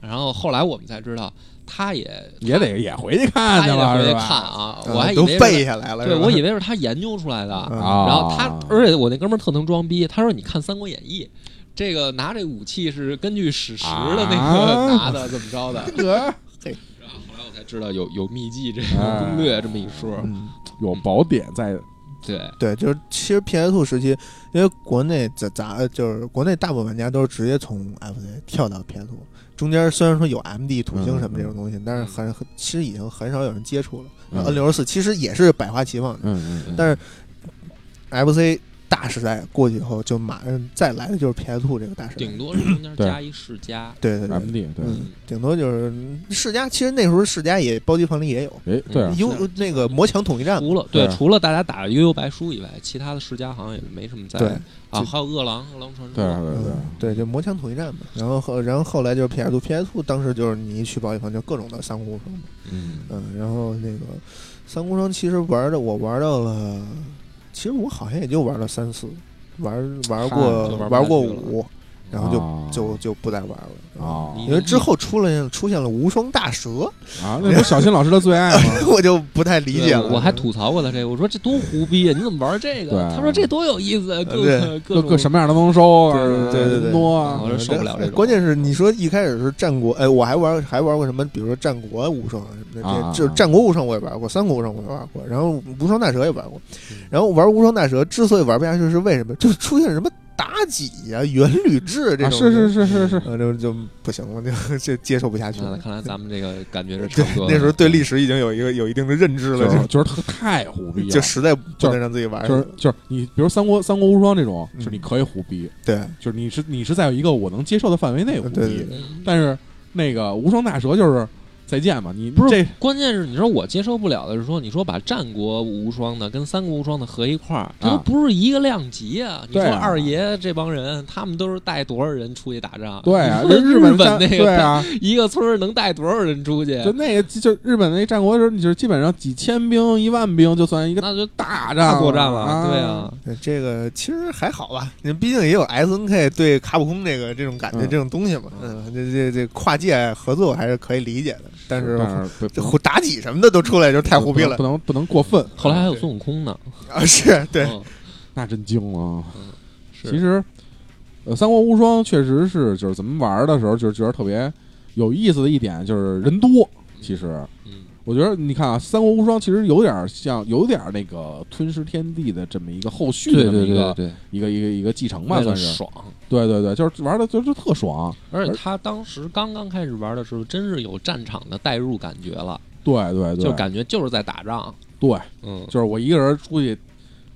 然后后来我们才知道。他也也得也回去看他去也了，得回是去吧？看啊，啊我还以都为是背下来了，对是吧我以为是他研究出来的，嗯啊，然后他，而且我那哥们儿特能装逼，他说：“你看《三国演义》，这个拿这武器是根据史实的那个啊拿的，怎么着的得？”后来我才知道有有秘籍这哎个攻略这么一说。嗯有宝典在，对，对，就是其实 PS Two 时期，因为国内咱咱就是国内大部分玩家都是直接从 FC 跳到 PS Two，中间虽然说有 MD 土星什么这种东西，但是嗯很很其实已经很少有人接触了。嗯 N 六十四其实也是百花齐放的嗯嗯但是，FC 大时代过去以后，就马上再来的就是 PS Two 这个大时代顶。多是中间对加一世家。对对对， M D 对，嗯，顶多就是世嘉，其实那时候世嘉也包机房里也有。哎对啊，嗯优是那个魔墙统一战嘛，除了对啊对，除了大家打悠悠白书以外，其他的世家好像也没什么在对啊，就还有饿狼、饿狼传对啊说，对啊对啊嗯，对，就魔枪统一战嘛。然后后，然后后来就是 PS Two PS Two 当时就是你一去保险房就各种的三国无双嘛，嗯嗯，然后那个三国无双其实玩的我玩到了，其实我好像也就玩了三四，玩玩嗨就过玩不玩过下去了哦五，然后就、啊就就不再玩了。嗯哦你因为之后出了出现了无双大蛇， 啊，那不是小新老师的最爱吗？我就不太理解对了。我还吐槽过他这个，我说这多胡逼啊！你怎么玩这啊对个啊？他说这多有意思，啊各对个各各各种什么样的都能收，啊对对对对对多啊我是受不了这种关键是你说一开始是战国，哎，我还玩还玩过什么，比如说战国无双啊什么的，啊这就是战国无双我也玩过，三国无双我也玩过，然后无双大蛇也玩过嗯，然后玩无双大蛇之所以玩不下去是为什么？就是出现什么妲己呀、元吕雉这种，啊，是是，是是是，呃，就就不行了，就就接受不下去那了。嗯看来咱们这个感觉是差不多的。那时候对历史已经有一个有一定的认知了，就是就是特太胡逼就了，就实在不能让自己玩下去就是就是你，比如三国三国无双这种，嗯就是你可以胡逼，对就是你是你是在一个我能接受的范围内胡对对逼，对嗯但是那个无双大蛇就是再见吧，你不是这关键是你说我接受不了的是说，你说把战国无双的跟三国无双的合一块儿，这都啊不是一个量级啊！你说对啊二爷这帮人，他们都是带多少人出去打仗？对啊，你说日本战那个对啊，一个村儿能带多少人出去？就那个就日本那战国的时候，你就是基本上几千兵一万兵就算一个那就大仗大作战了，啊，对啊，对这个其实还好吧，你毕竟也有 S N K 对卡普空这个这种感觉、嗯这种东西嘛，嗯，这这这跨界合作还是可以理解的，但是但是这胡妲己什么的都出来就太胡逼了不能不能过分，后来还有孙悟空呢，啊！是对，嗯那真惊了。啊是其实，呃，《三国无双》确实是就是咱们玩儿的时候，就是觉得特别有意思的一点就是人多。其实，嗯我觉得你看啊，《三国无双》其实有点儿像，有点儿那个吞噬天地的这么一个后续对的这么对一对个对，一个一个一个继承吧，为算了是。爽。对对对，就是玩的就是特爽。而且他当时刚刚开始玩的时候，真是有战场的代入感觉了，对对对，就感觉就是在打仗。对，嗯，就是我一个人出去，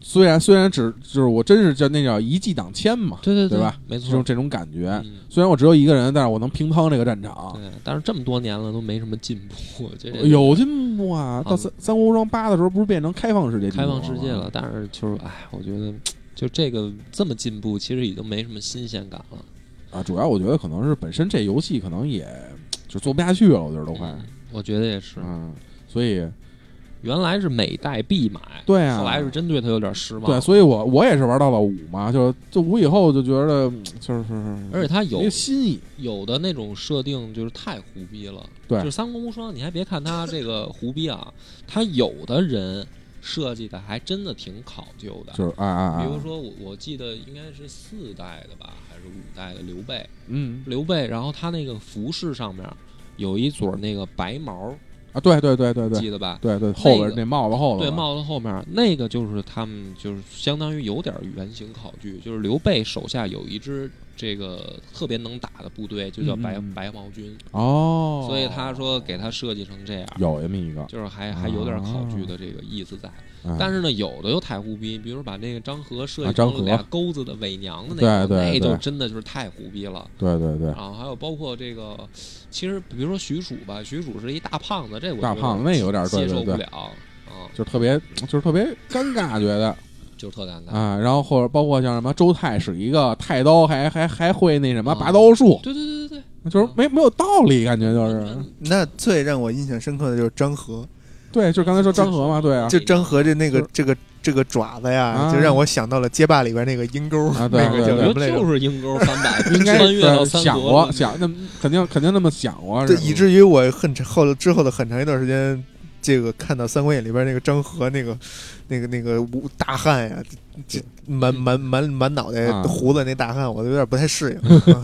虽然虽然只就是我真是叫那叫一骑当千嘛，对对对吧？没这错种。这种感觉。嗯虽然我只有一个人，但是我能平趟这个战场。对，但是这么多年了都没什么进步，我觉得有进步啊！到好三三国无双八的时候，不是变成开放世界地图开放世界了了吗，。但是就是哎，我觉得就这个这么进步，其实已经没什么新鲜感了。啊？主要我觉得可能是本身这游戏可能也就做不下去了，我觉得都快。嗯我觉得也是，嗯，所以原来是每代必买，对啊，后来是真对他有点失望。对，啊所以我我也是玩到了五嘛，就就五以后就觉得嗯就是而且他有没新意，有的那种设定就是太胡逼了，对就是三国无双，你还别看他这个胡逼啊，他有的人设计的还真的挺考究的。就是啊啊啊！比如说我我记得应该是四代的吧，还是五代的刘备，嗯刘备，然后他那个服饰上面有一撮那个白毛，啊，对对对对对记得吧？对对，后边那个那帽子后头对，吧帽子后面那个就是他们就是相当于有点原型考据，就是刘备手下有一支这个特别能打的部队，就叫白嗯嗯嗯白毛军，哦，所以他说给他设计成这样。有那么一个，就是还还有点考据的这个意思在，嗯但是呢，有的又太胡逼，比如说把那个张合设啊计张成合俩钩子的伪娘的那个，对对那就对真的就是太胡逼了。对对对，然后还有包括这个，其实比如说许褚吧，许褚是一大胖子，这我大觉得胖子那有点对接受不对对了，啊，就是特别，就是特别尴尬，觉得就特尴尬。啊。然后或者包括像什么周泰使一个太刀还，还还会那什么啊拔刀术，对对对对就是没没有道理，感觉就是对，那最让我印象深刻的就是张合，对，就是刚才说张合嘛，对啊，就张合这那个就这个这个爪子呀，啊就让我想到了街霸里边那个阴沟，啊对 那个我叫觉什么得来着？就是阴沟翻版，应该穿越到呃三想国过，想那么肯定肯定那么想过，是对，吧以至于我很长后之后的很长一段时间，这个看到《三国演义》里边那个张合那个那个那个武大汉呀，这满满满满脑袋啊胡子那大汉，我都有点不太适应。 啊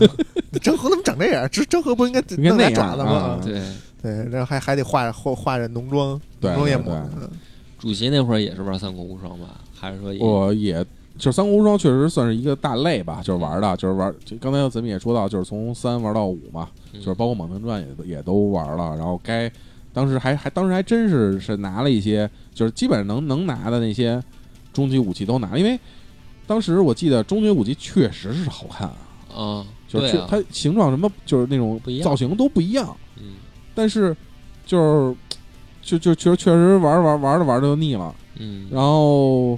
张合怎么长这样？这张合不应该应该弄那俩样爪子吗？啊对，对，然后还还得画画画着浓妆，对浓妆艳对抹。对嗯主席那会儿也是玩三国无双吧？还是说也我也就是三国无双确实算是一个大类吧，就是玩的，就是玩。就刚才咱们也说到，就是从三玩到五嘛，嗯就是包括《猛龙传》也都也都玩了，然后该当时还还当时还真是是拿了一些，就是基本上能能拿的那些终极武器都拿了，因为当时我记得终极武器确实是好看啊，啊，就是对确、啊，它形状什么就是那种不一样造型都不一样，嗯，但是就是就就确实确实玩着玩着玩着玩着就腻了，嗯然后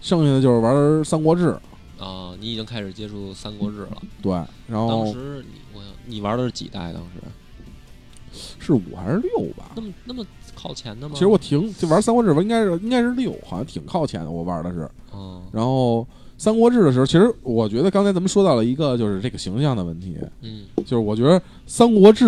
剩下的就是玩《三国志》。啊，你已经开始接触《三国志》了。对，然当后时你我想你玩的是几代？当时是五还是六吧那？么那么靠前的吗？其实我挺就玩《三国志》，我应该是应该是六，好像挺靠前的。我玩的是，嗯然后《三国志》的时候，其实我觉得刚才咱们说到了一个就是这个形象的问题，嗯就是我觉得《三国志》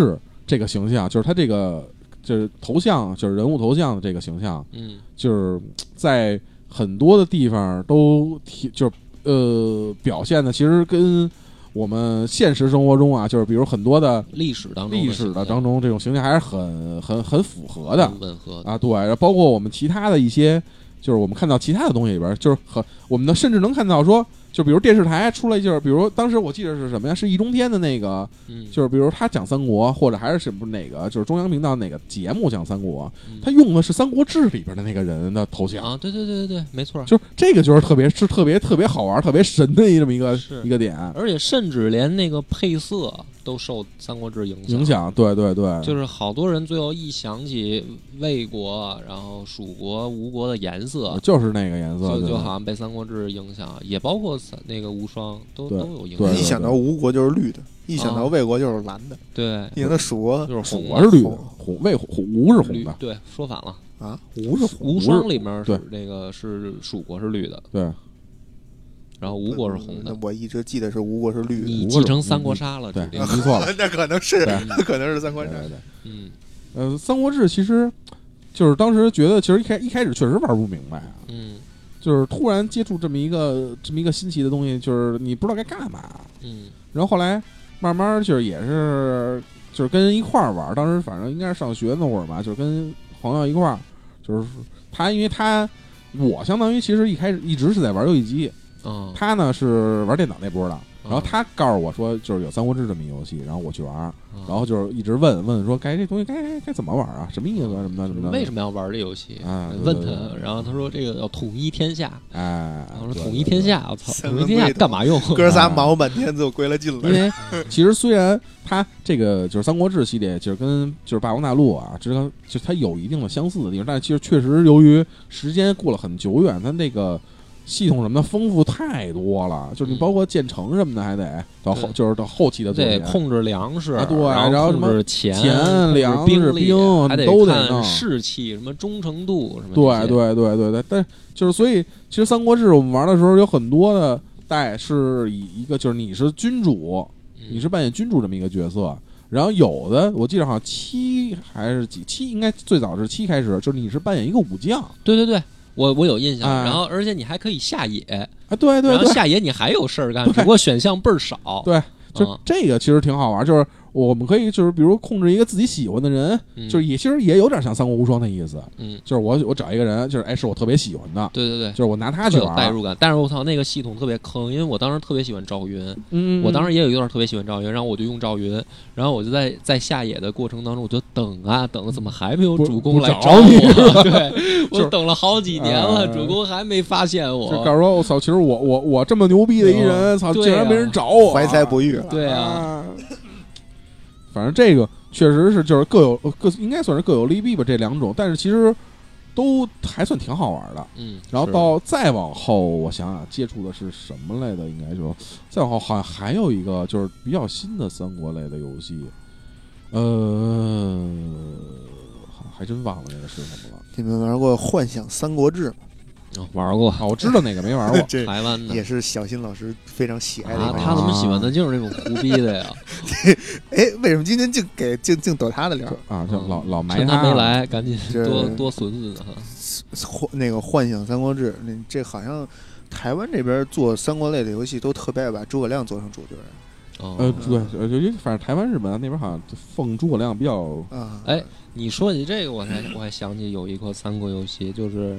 这个形象，就是他这个就是头像，就是人物头像的这个形象，嗯就是在很多的地方都体就是呃表现的，其实跟我们现实生活中啊，就是比如很多的历史当中历史的的当中，这种形象还是很很很符合的吻合的，啊。对，然后包括我们其他的一些，就是我们看到其他的东西里边儿，就是很我们能甚至能看到说，就比如电视台出来，就是比如当时我记得是什么呀？是易中天的那个，嗯，就是比如他讲三国，或者还是什么哪个，就是中央频道哪个节目讲三国，嗯他用的是《三国志》里边的那个人的头像。啊，对对对对对，没错儿。就是这个，就是特别是特别特别好玩、特别神的这么一个是一个点而且甚至连那个配色都受《三国志》影响。影响，对对对，就是好多人最后一想起魏国，然后蜀国、吴国的颜色，就是那个颜色，就对就好像被《三国志》影响，也包括三那个无双，都对都有影对一响。想到吴国就是绿的，一想啊到魏国就是蓝的，对，一想到蜀国就是蜀红国是绿的，红红魏红吴是红绿的，对，说反了。啊，吴是红，无双啊里面对是那个是蜀国是绿的，对，然后吴国是红的。。嗯我一直记得是吴国是绿的。你吴国继是承三国杀了，对指定你记错了， 那可能是，对那可能是三观对上对对。嗯呃，《三国志》其实就是当时觉得，其实一开一开始确实玩不明白啊，嗯就是突然接触这么一个这么一个新奇的东西，就是你不知道该干嘛。嗯然后后来慢慢就是也是就是跟人一块儿玩儿，当时反正应该是上学那会儿吧，就是跟朋友一块儿，就是他因为他我相当于其实一开始一直是在玩游戏机，啊他呢是玩电脑那波的。然后他告诉我说，就是有《三国志》这么一游戏，然后我去玩儿，然后就是一直问问说，该这东西该该该怎么玩儿啊？什么意思啊？什么的什么的？为什么要玩这游戏？啊对问对对他，然后他说这个要统一天下，哎，然后说对统一对对天下，我操，三统文一天下贵的干嘛用？ 哥仨忙活半天，最后归了进因来。为其实虽然它这个就是《三国志》系列，就是跟就是《霸王大陆》啊，这个就它有一定的相似的地方，但是其实确实由于时间过了很久远，它那个系统什么的丰富太多了，就是嗯你包括建成什么的，还得到后对就是到后期的作得品。控制粮食，啊对然然后什么控制钱、钱控制粮食兵力啊兵还得都得弄看士气、什么忠诚度什么这对些。对对对对，但就是所以，其实《三国志》我们玩的时候有很多的代是以一个就是你是君主，嗯，你是扮演君主这么一个角色。然后有的我记得好像七还是几七，应该最早是七开始，就是你是扮演一个武将对对对，我我有印象。啊然后而且你还可以下野，啊，对对然后对，下野你还有事儿干，对只不过选项倍儿少。 对就啊这个其实挺好玩，就是我们可以就是比如控制一个自己喜欢的人，嗯就是也其实也有点像三国无双的意思，嗯，就是我我找一个人，就是哎是我特别喜欢的，对对对就。是我拿他特去有玩代儿，啊入感，但是我操，那个系统特别坑，因为我当时特别喜欢赵云，嗯，我当时也有一段特别喜欢赵云，然后我就用赵云，然后我就在在下野的过程当中，我就等啊等啊，怎么还没有不主公不来找找啊你 我？对，就我是等了好几年了，呃主公还没发现就我。告诉说我操，其实我我我这么牛逼的一人，嗯操，对竟然没人啊找我， 怀才不遇，对啊，啊，反正这个确实是就是各有呃各应该算是各有利弊吧，这两种，但是其实都还算挺好玩的。嗯，然后是到再往后，我想想接触的是什么类的，应该就是再往后好像还有一个就是比较新的三国类的游戏，呃，好像还真忘了那个是什么了。 你们玩过《幻想三国志》吗？，哦玩过啊，我知道哪个没玩过 这台湾的也是小新老师非常喜爱的一嗯啊，款游戏。他怎么喜欢的就是那种胡逼 的呀？哎，为什么今天净给净净抖他 的料？啊，就老老埋趁他啊没了来，赶紧这多多损损哈。幻那个《幻想三国志》，那这好像台湾这边做三国类的游戏都特别爱把诸葛亮做成主角哦呃，对，呃，就就反正台湾、日本那边好像奉诸葛亮比较啊。哎，你说起这个，我才我还想起有一个三国游戏，就是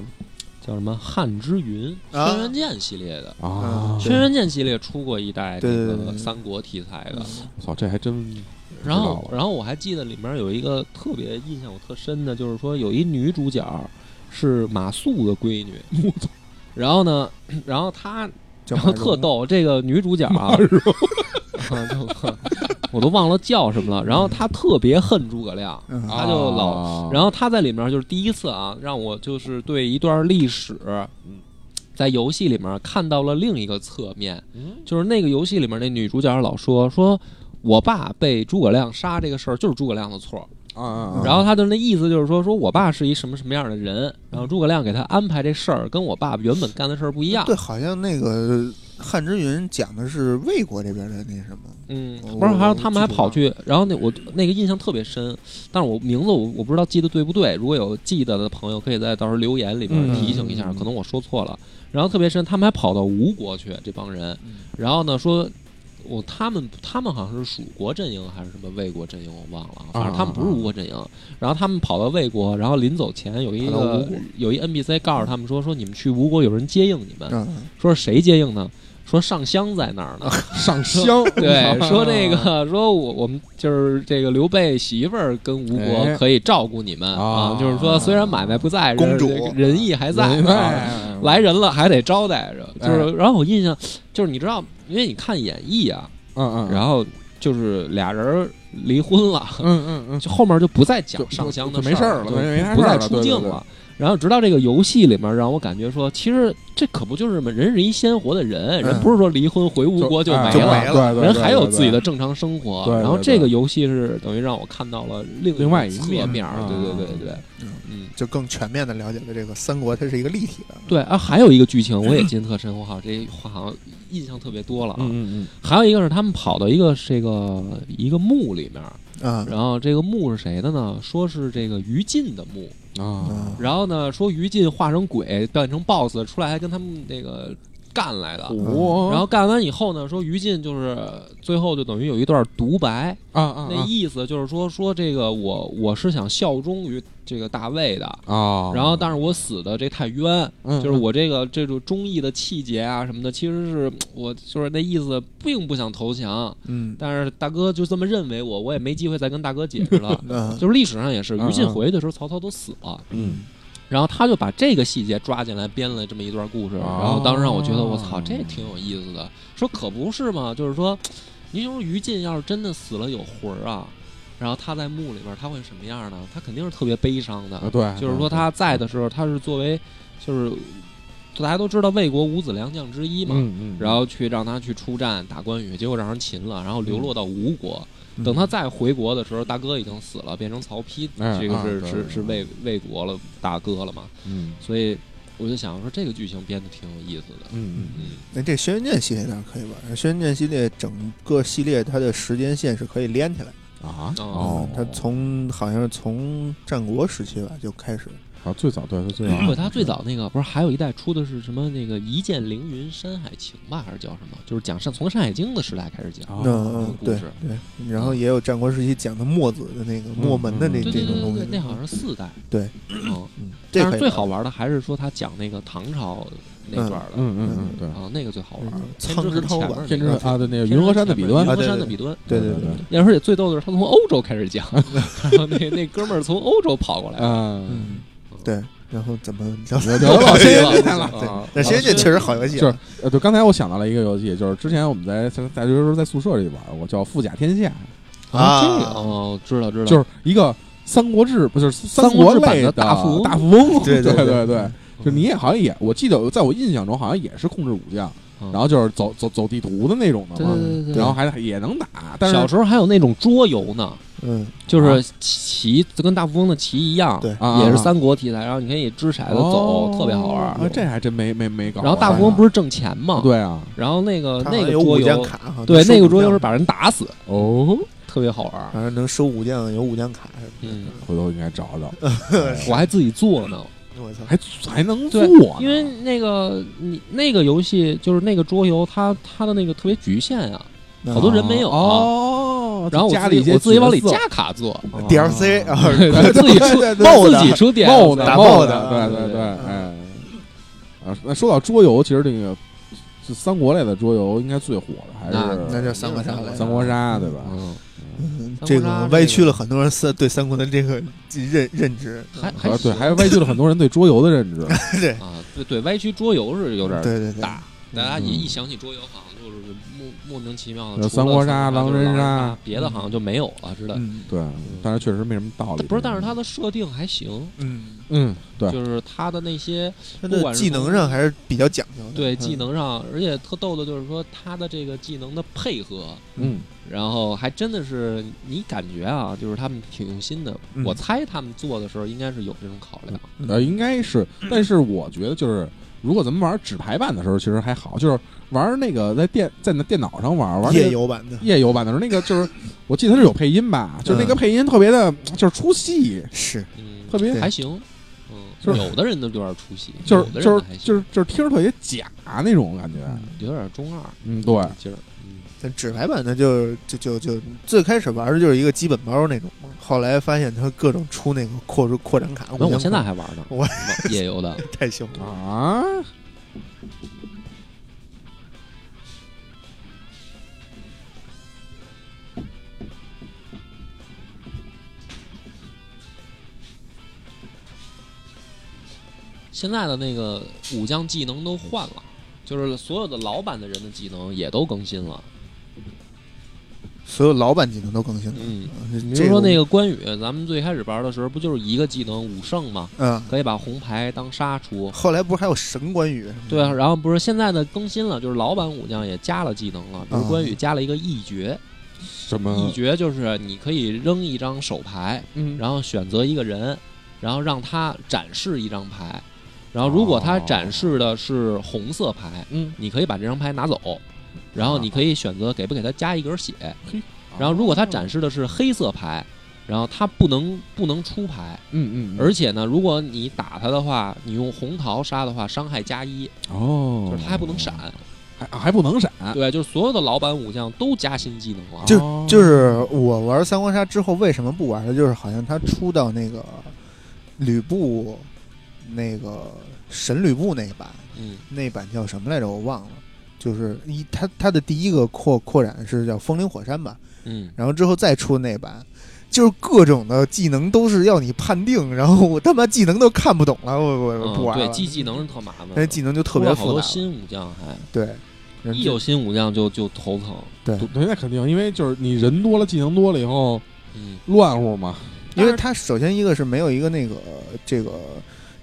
叫什么《汉之云》啊轩辕剑系列的。啊，对轩辕剑系列出过一代这对对对嗯个对三国题材的，我操，这还真然后知道了然后我还记得里面有一个特别印象我特深的，就是说有一女主角是马谡的闺 女，然后呢，然后她叫然后马蓉特，逗，这个女主角啊， 啊就我都忘了叫什么了，然后她特别恨诸葛亮。嗯他就老啊然后他在里面就是第一次啊，让我就是对一段历史，嗯在游戏里面看到了另一个侧面，嗯就是那个游戏里面那女主角老说说。我爸被诸葛亮杀这个事儿就是诸葛亮的错儿，啊啊，然后他的那意思就是说，说我爸是一什么什么样的人，然后诸葛亮给他安排这事儿跟我爸原本干的事儿不一样对，。好像那个汉之云讲的是魏国这边的那什么，嗯，我不是，还有我他们还记不跑了去，然后那我那个印象特别深，但是我名字我我不知道记得对不对，如果有记得的朋友可以在到时候留言里面嗯提醒一下，嗯嗯可能我说错了。然后特别深，他们还跑到吴国去，这帮人，然后呢说。我他们他们好像是蜀国阵营还是什么魏国阵营，我忘了啊，反正他们不是吴国阵营。然后他们跑到魏国，然后临走前有一跑到个吴国有一 NPC 告诉他们说说你们去吴国有人接应你们，嗯，说是谁接应呢？说上香在那儿呢， 上香，对， 说那个，说我我们就是这个刘备媳妇儿跟吴国哎可以照顾你们啊啊，就是说虽然买卖不在，公主人仁义还在在，啊来人了还得招待着。哎就是，然后我印象就是你知道，因为你看演义啊，嗯嗯，然后就是俩人离婚了， 嗯嗯嗯，就后面就不再讲就上香的就没事儿儿了就没没啥不事儿再了出对镜对对了。然后直到这个游戏里面，让我感觉说，其实这可不就是吗？人是一鲜活的人，人嗯不是说离婚回吴国哎没就了没，对对对人对还有对自己的正常生活。对对对然后这个游戏是等于让我看到了另另外一侧面面儿，嗯对对对对对嗯，嗯。就更全面的了解了这个三国，它是一个立体的。对啊，还有一个剧情我也记得特深，我好像这话好像印象特别多了啊。嗯嗯还有一个是他们跑到一个这个一个墓里面，啊，然后这个墓是谁的呢？说是这个于禁的墓。嗯啊，然后呢，说于禁化成鬼变成 BOSS 出来，还跟他们那个干来的。我嗯然后干完以后呢，说于禁就是最后就等于有一段独白，啊啊那意思就是说说这个我我是想效忠于这个大卫的，啊，嗯然后但是我死的这太冤，是就是我这个这种忠义的气节啊什么的，其实是我就是那意思并不想投降，嗯。但是大哥就这么认为我，我也没机会再跟大哥解释了 嗯，就是历史上也是，嗯于禁嗯回去的时候，曹操都死了，嗯然后他就把这个细节抓进来，编了这么一段故事。哦然后当时让我觉得，我操，这挺有意思的。说可不是嘛，就是说，你说于禁要是真的死了有魂儿啊，然后他在墓里边儿他会什么样呢？他肯定是特别悲伤的。啊对，就是说他在的时候，他是作为，就是大家都知道魏国五子良将之一嘛。嗯嗯，然后去让他去出战打关羽，结果让人擒了，然后流落到吴国。嗯等他再回国的时候，大哥已经死了，变成曹丕，哎这个啊是对是是魏魏国了大哥了嘛。嗯所以我就想说，这个剧情编的挺有意思的。嗯嗯嗯，那这轩辕剑系列倒是可以玩，轩辕剑系列整个系列它的时间线是可以连起来的。啊哦它从好像是从战国时期吧就开始，啊最早对对最不早过他最早那个不是还有一代出的是什么那个《一剑凌云山海情》吧，还是叫什么？就是讲山从《山海经》的时代开始讲。啊嗯嗯哦故对事对，然后也有战国时期讲的墨子的那个墨门的那对对嗯这对种对东对西，，那好像是四代。对，嗯，嗯，这但可是以最好玩的还是说他讲那个唐朝那段儿的。嗯嗯嗯对，啊，那个最好玩儿嗯，天苍之之痕涛前吧面天之那个啊对那个云和山的彼端云和啊对山对的彼端。对对对对，那而且最逗的是，他从欧洲开始讲，然后那那哥们儿从欧洲跑过来，嗯。嗯对，然后怎么聊？聊 到轩辕剑了了，但轩辕剑确实好游戏就是啊，呃，对，刚才我想到了一个游戏，就是之前我们在在在就是在宿舍里玩过，叫《富甲天下啊，啊这个哦，知道知道，》，就是一个《三国志》，不是《三国国志版类的大大富翁大富 翁，对对对对对，嗯就你也好像也，我记得在我印象中好像也是控制武将，嗯然后就是走走走地图的那种的对嘛，对对对然对后还也能打，但是小时候还有那种桌游呢，嗯，就是棋就跟大富翁的棋一样，对啊也是啊三国题材，然后你可以掷骰子走，哦特别好玩儿。啊，这还真没没没搞过。然后大富翁不是挣钱吗？。对啊，然后那个它好呃那像个有桌武将游，卡哈，好像对收那个武桌游将是把人打死，哦，特别好玩 儿。反正能收武将，有武将卡什么嗯，回头应该找找，我还自己做呢，的。我操，还还能做对呢，因为那个你那个游戏就是那个桌游，它它的那个特别局限啊，好多人没有啊哦，然后我家自里己我自己往里加卡做，哦 DLC 啊， 对自己出对对自对己出点冒子的打冒冒的，的对对对对，对哎，啊，那说到桌游，其实这个这三国类的桌游应该最火的还那是那叫三国杀了三国杀，对吧？嗯，嗯三国这杀个这歪个曲了很多人三对三国的这个认认知， 还还啊，对，行还歪曲了很多人对桌游的认 知。对啊，对对，歪曲桌游是有点对对对，大，大家嗯一一想起桌游，好像就是莫莫名其妙有的，三国杀杀、狼就是人杀杀，别的好像就没有了似的。嗯对，但是确实没什么道理。不是，但是它的设定还行，嗯，嗯，对，就是它的那些它不的管是技从能上还是比较讲究的，对嗯技能上，而且特逗的就是说它的这个技能的配合，嗯，然后还真的是你感觉啊，就是他们挺用心的。嗯我猜他们做的时候应该是有这种考量。呃，应该是，嗯但是我觉得就是，如果咱们玩纸牌版的时候，其实还好，就是玩那个在电在那电脑上玩玩那个夜游版的夜游版的时候，那个就是我记得它是有配音吧，就是那个嗯配音特别的，就是出戏，是嗯，特别对还行。嗯，就是有的人都有点出息，就有的是人就是还行就是就是听着特别假那种感觉。有点中二嗯，对，劲儿。嗯，但纸牌版的就就就就最开始玩的就是一个基本包那种嘛，后来发现它各种出那个扩扩展卡。那我想现在还 玩呢，我夜游的。太凶了，啊。现在的那个武将技能都换了，就是所有的老版的人的技能也都更新了。所有老版技能都更新了。嗯，嗯比如说那个个关羽，咱们最开始玩的时候不就是一个技能五圣吗？我，嗯，可以把红牌当杀出。后来不是还有神关羽？对啊，然后不是现在的更新了，就是老版武将也加了技能了，比如啊关羽加了一个一绝，什一么？绝就是你可以扔一张手牌，嗯，然后选择一个人，然后让他展示一张牌，然后如果他展示的是红色牌，嗯，你可以把这张牌拿走，然后你可以选择给不给他加一格血，啊然后如果他展示的是黑色牌，然后他不能不能出牌，嗯，嗯嗯，而且呢，如果你打他的话，你用红桃杀的话，伤害加一，哦，就是他还不能闪，。啊还还不能闪，对，就是所有的老版武将都加新技能了。就哦就是我玩三国杀之后为什么不玩了？就是好像他出到那个吕布那个神吕布那一版，嗯，那版叫什么来着？我忘了。就是一，他他的第一个扩扩展是叫风林火山吧，嗯，然后之后再出那版，就是各种的技能都是要你判定，然后我他妈技能都看不懂了，我我我嗯呃不玩了。对，记技能是特麻烦的，那技能就特别出了好复多杂嗯了，新武将还对，然后一就有新武将就就头疼。对，对，那肯定，因为就是你人多了，技能多了以后嗯，乱乎嘛。因为它首先一个是没有一个那个这个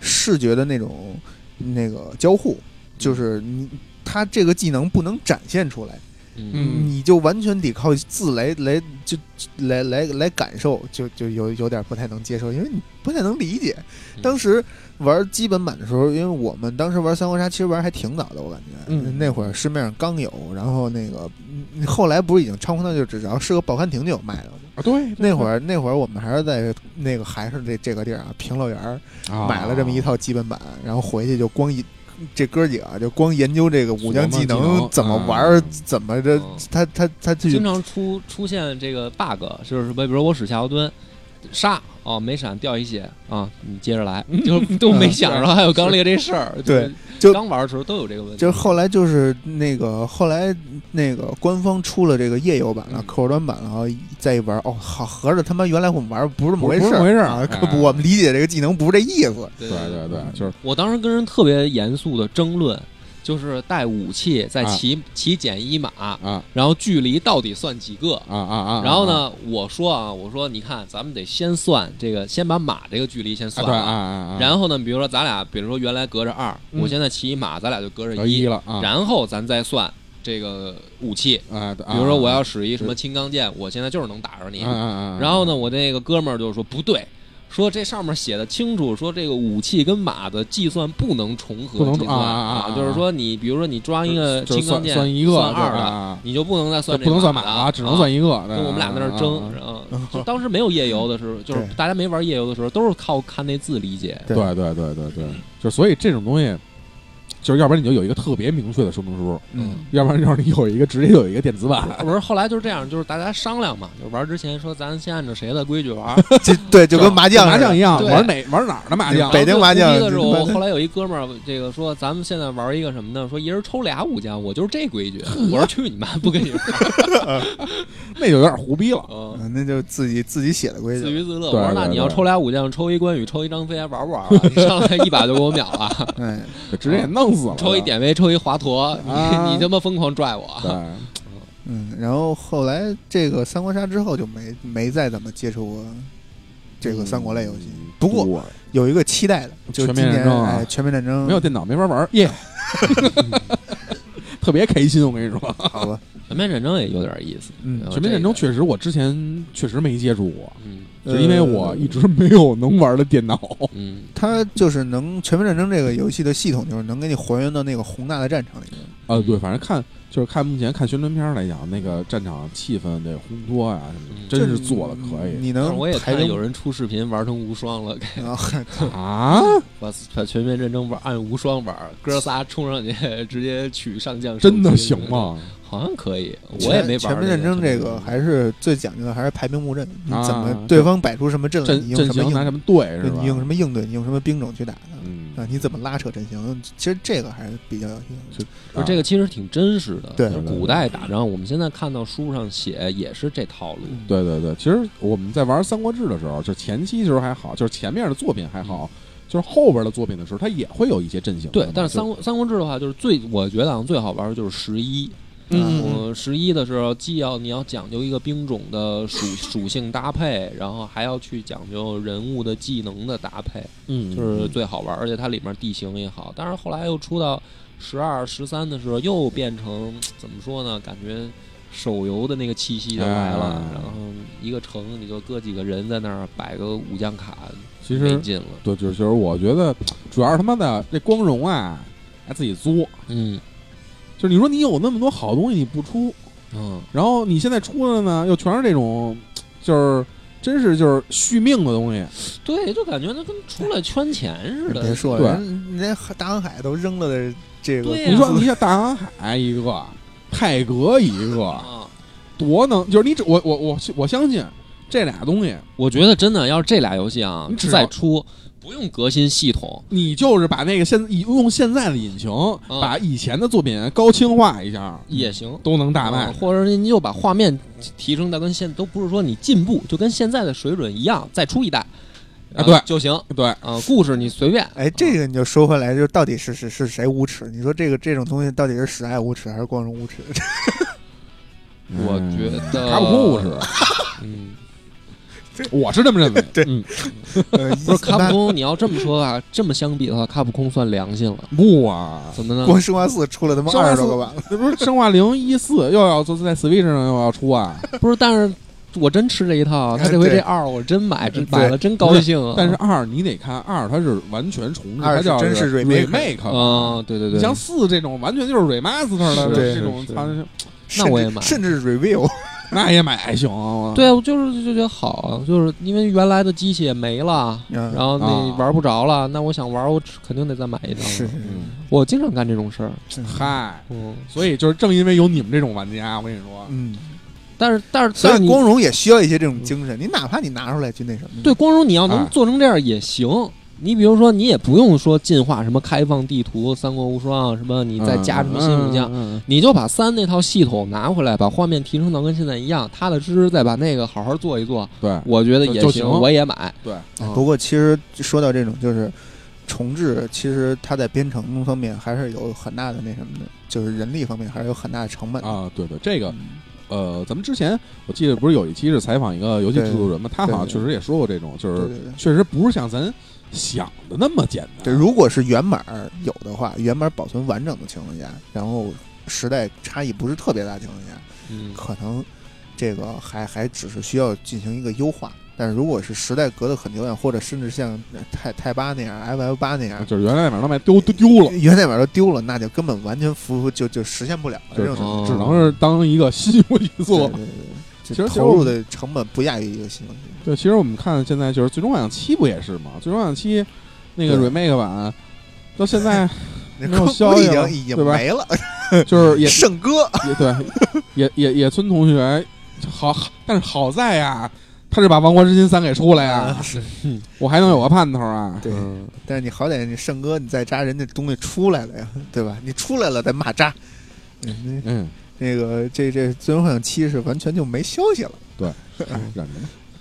视觉的那种那个交互，嗯就是你它这个技能不能展现出来，嗯，嗯你就完全得靠字来来就来来来感受，就就有有点不太能接受，因为你不太能理解。嗯当时玩基本版的时候，因为我们当时玩三国杀，其实玩还挺早的，我感觉、嗯那会儿市面上刚有，然后那个嗯后来不是已经猖狂到就只要是个报刊亭就有卖了吗？啊，对， 那会儿儿那会儿我们还是在那个还是这这个地儿啊，平乐园儿啊买了这么一套基本版，然后回去就光一。这哥几个啊就光研究这个武将琢技磨技能能怎么玩啊儿，怎么着嗯，他他他去经常出出现这个 bug，就是比如说我使夏侯惇杀哦没闪掉一血啊，你接着来，就都没想着还有刚烈这事儿。对，就就是刚玩的时候都有这个问题。就是后来就是那个后来那个官方出了这个页游版了嗯、客户端版了，然后再一玩，哦，好，合着他妈原来我们玩儿不是这么不是回不事是这么回事儿啊！可哎不我们理解这个技能不是这意思，对对对对，就是我当时跟人特别严肃的争论。就是带武器，再啊骑骑减一马，啊然后距离到底算几个？啊啊啊。然后呢，我说啊，我说你看，咱们得先算这个，先把马这个距离先啊？算对了啊啊啊。然后呢，比如说咱俩，比如说原来隔着二，嗯我现在骑一马，咱俩就隔着得一了啊，然后咱再算这个武器，啊，比比如说我要使一什么青钢剑，我现在就是能打着你。啊啊啊，然后呢，我那个哥们儿就说不对。说这上面写的清楚，说这个武器跟马的计算不能重合不能计算啊啊啊啊就是说你比如说你抓一个就青是钢算剑算一个算二对的，啊你就不能再就算这不能算马满的啊，只能算一个。啊跟我们俩在那儿争，然后就当时没有页游的时候，就是对大家没玩页游的时候，都是靠看那字理解。对对对对对，就所以这种东西，就是要不然你就有一个特别明确的说明书，嗯，要不然就是你有一个直接有一个电子版。不是，后来就是这样，就是大家商量嘛，就是玩之前说咱先按照谁的规矩玩。这对就跟麻将麻似的将一样，对玩哪玩哪儿的麻将？北京麻将然后最牛逼的是就我是后来有一哥们儿，这个说咱们现在玩一个什么呢？说一人抽俩五家，我就是这规矩。我说去你妈，不跟你玩儿，那就有点胡逼了。嗯嗯那就自己自己写的规 自矩。娱自乐。对我说那对你要对抽俩武将，抽一关羽，抽一张飞，还玩不玩了？你上来一把就给我秒 了，哎，就直接给弄死了。抽一典韦，抽一华佗，啊你你他妈疯狂拽我。对，嗯，然后后来这个三国杀之后就没没再怎么接触过这个三国类游戏。不过过有一个期待的，就是嗯全今面年战争啊哎，全面战争没有电脑没法玩， 耶，特别开心。我跟你说，好吧？全面战争也有点意思，嗯哦全面战争这确实我之前确实没接触过，嗯呃就是因为我一直没有能玩的电脑。嗯，它就是能全面战争这个游戏的系统，就是能给你还原到那个宏大的战场里面。呃，对，反正看就是看目前看宣传片来讲，那个战场气氛这烘托呀什么的，嗯真是就做的可以你但是能我也抬看着有人出视频玩成无双了，给啊， 啊！把把全面战争玩按无双玩，哥仨冲上去 直接取上将，真的行？吗？好像可以，全我也没玩。全面战争这个还是最讲究的，还是排兵布阵，你怎么对方摆出什么阵来，啊阵你阵用什么型拿什应，么对是对吧你？用什么应对，你用什么兵种去打的嗯，啊？你怎么拉扯阵型？其实这个还是比较有意思。不是这个其实挺真实的，啊对就是对对古代打仗，我们现在看到书上写也是这套路。嗯，对对对，其实我们在玩《三国志》的时候，就前期时候还好，就是前面的作品还好，就是后边的作品的时候，它也会有一些阵型的嘛。对，但是三就国三国志的话，就是最我觉得啊最好玩的就是十一。嗯嗯我十一的时候，既要你要讲究一个兵种的属属性搭配，然后还要去讲究人物的技能的搭配，嗯，就是最好玩。而且它里面地形也好，但是后来又出到十二、十三的时候，又变成怎么说呢？感觉手游的那个气息就来了。哎然后一个城，你就搁几个人在那儿摆个武将卡，其没实劲了。对，就是就是我觉得主要是他妈的这光荣啊，还自己作，嗯就是你说你有那么多好东西你不出，嗯，然后你现在出的呢又全是这种，就是真是就是续命的东西，对，就感觉它跟出来圈钱似的。别说对了，人人家大航海都扔了的这个，对呀你说你像大航海一个，泰格一个，啊。多能就是你只我我我我相信这俩东西。我觉得真的要是这俩游戏啊你只要再出，不用革新系统，你就是把那个现以用现在的引擎，嗯把以前的作品高清化一下，也行。都能大啊卖。或者您就把画面提升到跟现都不是说你进步，就跟现在的水准一样，再出一代啊对就行对，啊。故事你随便，哎，这个你就说回来，就是到底是是是谁无耻？你说这个这种东西到底是史爱无耻还是光荣无耻？ 嗯我觉得卡普空不是，嗯，我是这么认为。对嗯，呃不是卡那普空，你要这么说啊，这么相比的话，卡普空算良心了，不啊，怎么呢？ 光生化四出了他妈生化二四十多个版了，那不是《生化零一四》又要做在 Switch 上又要出啊？不是，但是我真吃这一套，他这回这二我真买，真买了真高兴啊。但是二你得看二，它是完全重置，二它是叫真是 remake remake 啊，对对你对，像四这种完全就是 remaster 的是这种是，是它是那甚我也至买甚至 review 那也买行啊。对，我就是就觉得好啊，就是因为原来的机器也没了，嗯然后你啊玩不着了，那我想玩，我肯定得再买一张。是嗯，我经常干这种事儿，是嗨，嗯，所以就是正因为有你们这种玩家，我跟你说，嗯，但是但是所但是以你嗯光荣也需要一些这种精神，你哪怕你拿出来就那什么，对光荣，你要能哎做成这样也行。你比如说，你也不用说进化什么开放地图、三国无双，什么你再加什么新武将，嗯，嗯嗯嗯你就把三那套系统拿回来，把画面提升到跟现在一样，踏踏实实再把那个好好做一做，嗯对，我觉得也啊就行我也买。对嗯哎不过其实说到这种就是重置，其实它在编程方面还是有很大的那什么的，就是人力方面还是有很大的成本的。啊，对对，这个嗯呃，咱们之前我记得不是有一期是采访一个游戏制作人嘛，他好像对确实也说过这种，就是对对对。确实不是像咱想的那么简对，单。如果是原码儿有的话，原码儿保存完整的情况下，然后时代差异不是特别大的情况下，嗯可能这个还还只是需要进行一个优化。但是如果是时代隔得很久远，或者甚至像泰泰八那样、F F 八那样，就是原来那版都卖丢丢丢了，源代码都丢了，那就根本完全服务就就实现不了了就这是种哦只能是当一个新游戏做。对对对其对实这投入的成本不亚于一个新游戏。对，其实我们看现在就是《最终幻想七》不也是吗？《最终幻想七》那个对 remake 版到现 在那没有估消息计已了经已经对吧没了，就是啊 也圣歌也对，也也也村同学好，但是好在呀，他是把《王国之心三》给出来啊呀，是，我还能有个盼头啊。对。嗯啊 但是你好歹你圣哥你再扎人家东西出来了呀，对吧？你出来了再骂扎，嗯，嗯，那那个这这《最终幻想七》是完全就没消息了。哎忍着吧，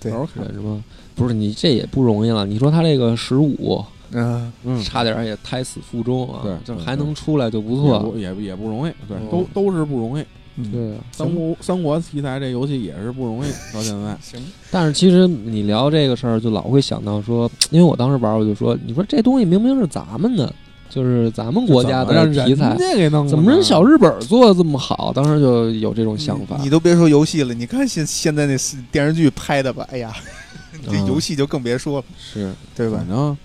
对到时候看忍。着吧，不是你这也不容易了。你说他这个十五，嗯，嗯，差点也胎死腹中啊，对就是对还能对出来就不也错。不也不也不容易，对，嗯都都是不容易。嗯，对啊，三国三国题材这游戏也是不容易，到现在行，但是其实你聊这个事儿，就老会想到说，因为我当时玩，我就说，你说这东西明明是咱们的，就是咱们 国家怎的么让人题材，家给弄啊了怎么人呢小日本做的这么好？当时就有这种想法你。都别说游戏了，你看现现在那是电视剧拍的吧，哎呀， 这嗯游戏就更别说了，是对吧反？正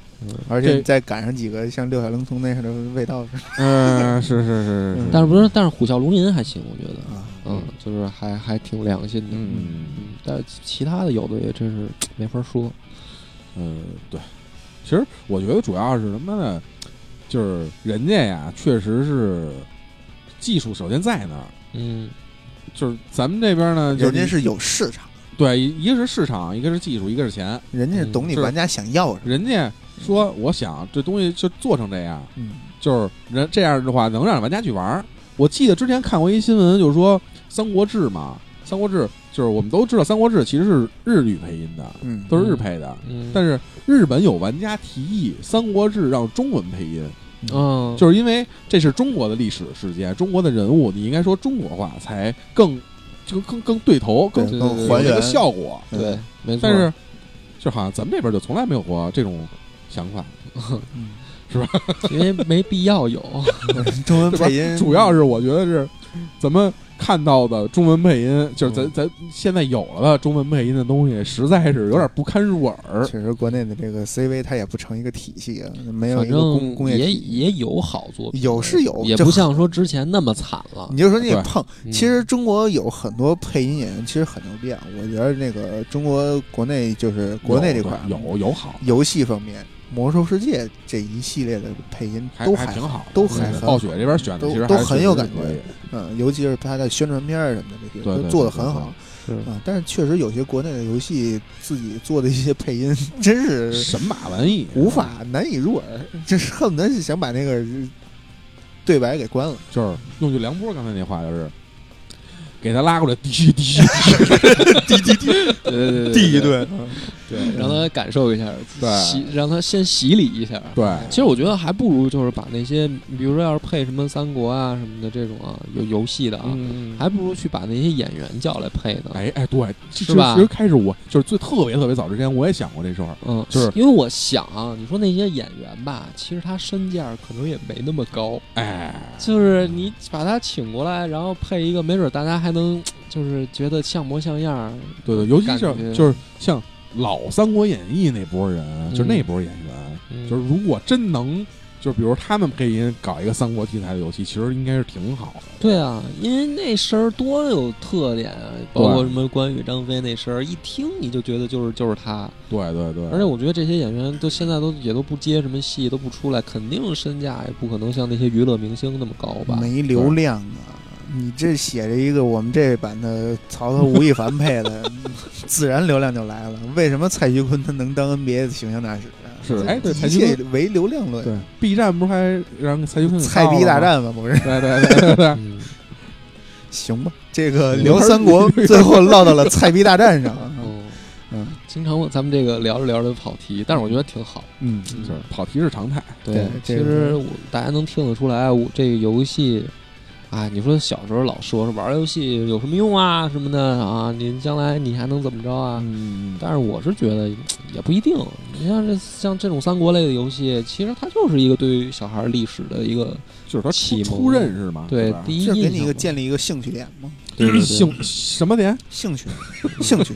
而且这你再赶上几个像六小龄童那样的味道是嗯、是是是是，嗯但是不是？但是虎啸龙吟还行，我觉得，啊，嗯，就是还还挺良心的。嗯嗯，但是其他的有的也真是没法说。呃对，其实我觉得主要是他妈的，就是人家呀，确实是技术首先在那儿，嗯，就是咱们这边呢，就人家是有市场，对，一一个是市场，一个是技术，一个是钱，人家是懂你玩家想要什么，人家说我想这东西就做成这样，嗯，就是人这样的话能让玩家去玩儿。我记得之前看过一新闻，就是说《三国志》嘛，《三国志》就是我们都知道，《三国志》其实是日语配音的，嗯，都是日配的。嗯但是日本有玩家提议《三国志》让中文配音，嗯，就是因为这是中国的历史事件，中国的人物，你应该说中国话才更就更更对头，更对对对更对有还这个原效果。嗯对，没错。但是，就好像咱们这边就从来没有过这种想法，嗯因为没必要有。中文对吧配音主要是我觉得是咱们看到的中文配音，就是嗯咱、咱现在有了的中文配音的东西，实在是有点不堪入耳。确实，国内的这个 CV 它也不成一个体系啊，没有反一个工正工业也体系。也有好作品，有是有也这不像说之前那么惨了你。就说那对个碰，嗯其实中国有很多配音演员，其实很牛逼啊。我觉得那个中国国内就是国内这块儿有有有好，游戏方面，《魔兽世界》这一系列的配音还都还挺好，好的，都还对很暴雪这边选的都其实都还是很有感可以觉嗯，尤其是它的宣传片儿什么的这些对对都做的对对很好对是啊。但是确实有些国内的游戏自己做的一些配音， 真是神马嗯玩意无法难以入耳，这是恨不得是想把那个呃对白给关了。就是用句梁波刚才那话就是。给他拉过来，滴滴 滴，对对对，第一顿，嗯嗯对，让他感受一下，对洗让他先洗礼一下。对，其实我觉得还不如就是把那些，比如说要是配什么三国啊什么的这种啊，有游戏的啊，嗯，还不如去把那些演员叫来配呢。哎哎，对，其是吧其实开始我就是最特别特别早之前，我也想过这事儿，嗯，就是因为我想啊，你说那些演员吧，其实他身价可能也没那么高，哎，就是你把他请过来，然后配一个，没准大家还能就是觉得像模像样儿。对对，尤其感觉是就是像老《三国演义》那波人，就是那波演员，嗯就是如果真能，就是比如他们配音搞一个三国题材的游戏，其实应该是挺好的。对啊，因为那声儿多有特点啊，包括什么关羽、张飞那声儿，一听你就觉得就是就是他。对对对，而且我觉得这些演员都现在都也都不接什么戏，都不出来，肯定身价也不可能像那些娱乐明星那么高吧？没流量啊！你这写着一个我们这版的曹操、吴亦凡配的， 自然流量就来了。为什么蔡徐坤他能当 NBA 的形象大使啊？是这哎对蔡一徐切唯流量论，对 B 站不是还让蔡徐坤给菜告了逼大吗？战嘛，不是？对对对对 对，嗯，行吧，这个嗯聊三国 最后落到了菜逼大战上啊。嗯 嗯经常咱们这个聊着聊着跑题，但是我觉得挺好。嗯，就是跑题是常态。对对其这个实是我大家能听得出来，我这个游戏哎，你说小时候老说说玩儿游戏有什么用啊什么的啊，你将来你还能怎么着啊？嗯，但是我是觉得嗯也不一定。你像这像这种三国类的游戏，其实它就是一个对于小孩历史的一个就是他启初蒙初认识嘛，对啊吧第一这印给象你一个嘛。建立一个兴趣点嘛，对对对兴什么点兴趣，兴趣，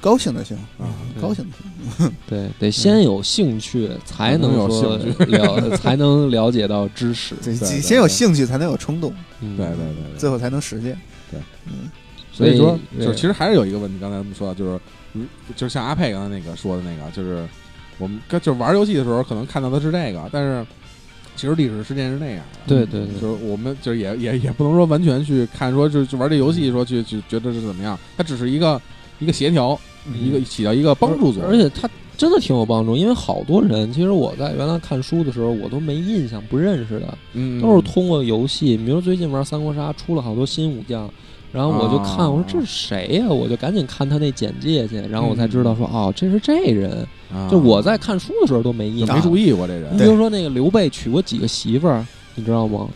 高兴的兴，啊？对高兴的兴。对，得先有兴趣，才嗯能有说兴 了，才能了解到知识。对，对对先有兴趣才能有冲动，嗯对对对对，最后才能实现。对，嗯，所以说，对就是其实还是有一个问题，刚才我们说到，就是嗯就是像阿佩刚才那个说的那个，就是我们跟就是玩游戏的时候可能看到的是这个，但是其实历史事件是那样的。对对对就是我们就是也也也不能说完全去看说就就玩这游戏说去去觉得是怎么样，它只是一个一个协调，一个起到一个帮助作嗯用。而且它真的挺有帮助，因为好多人，其实我在原来看书的时候，我都没印象、不认识的，嗯都是通过游戏。比如最近玩三国杀，出了好多新武将，然后我就看，啊我说这是谁呀、我就赶紧看他那简介去，然后我才知道说，哦，这是这人。嗯啊就我在看书的时候都没印就象，没注意过这人你比如说那个刘备娶过几个媳妇儿，你知道吗？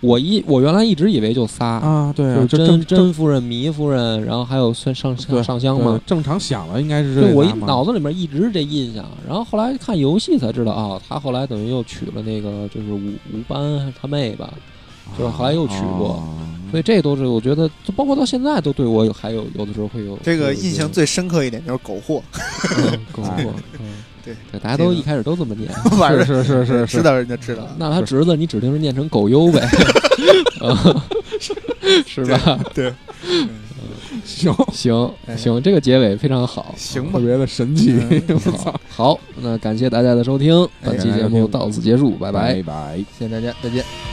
我一我原来一直以为就仨，啊，对就啊，就是正甄正甄夫人、糜夫人，然后还有算上对上上香嘛对。正常想了应该是这对，我一啊仨嘛脑子里面一直是这印象，然后后来看游戏才知道啊、他后来等于又娶了那个就是吴吴班他妹吧，就是后来又娶过 啊所以这都是我觉得，就包括到现在都对我有还有有的时候会有这个印象最深刻一点就是狗货， 够哎过，嗯，对对，大家都这个一开始都这么念，晚上是是是是知道人就知道了。那他侄子你指定是念成狗优 呗，啊是吧？对，行，行哎行，这个结尾非常好，行吧特，别的神奇， 嗯我操！哎好，那感谢大家的收听，本期节目到此结束，拜拜。拜拜。谢谢大家，再见。拜拜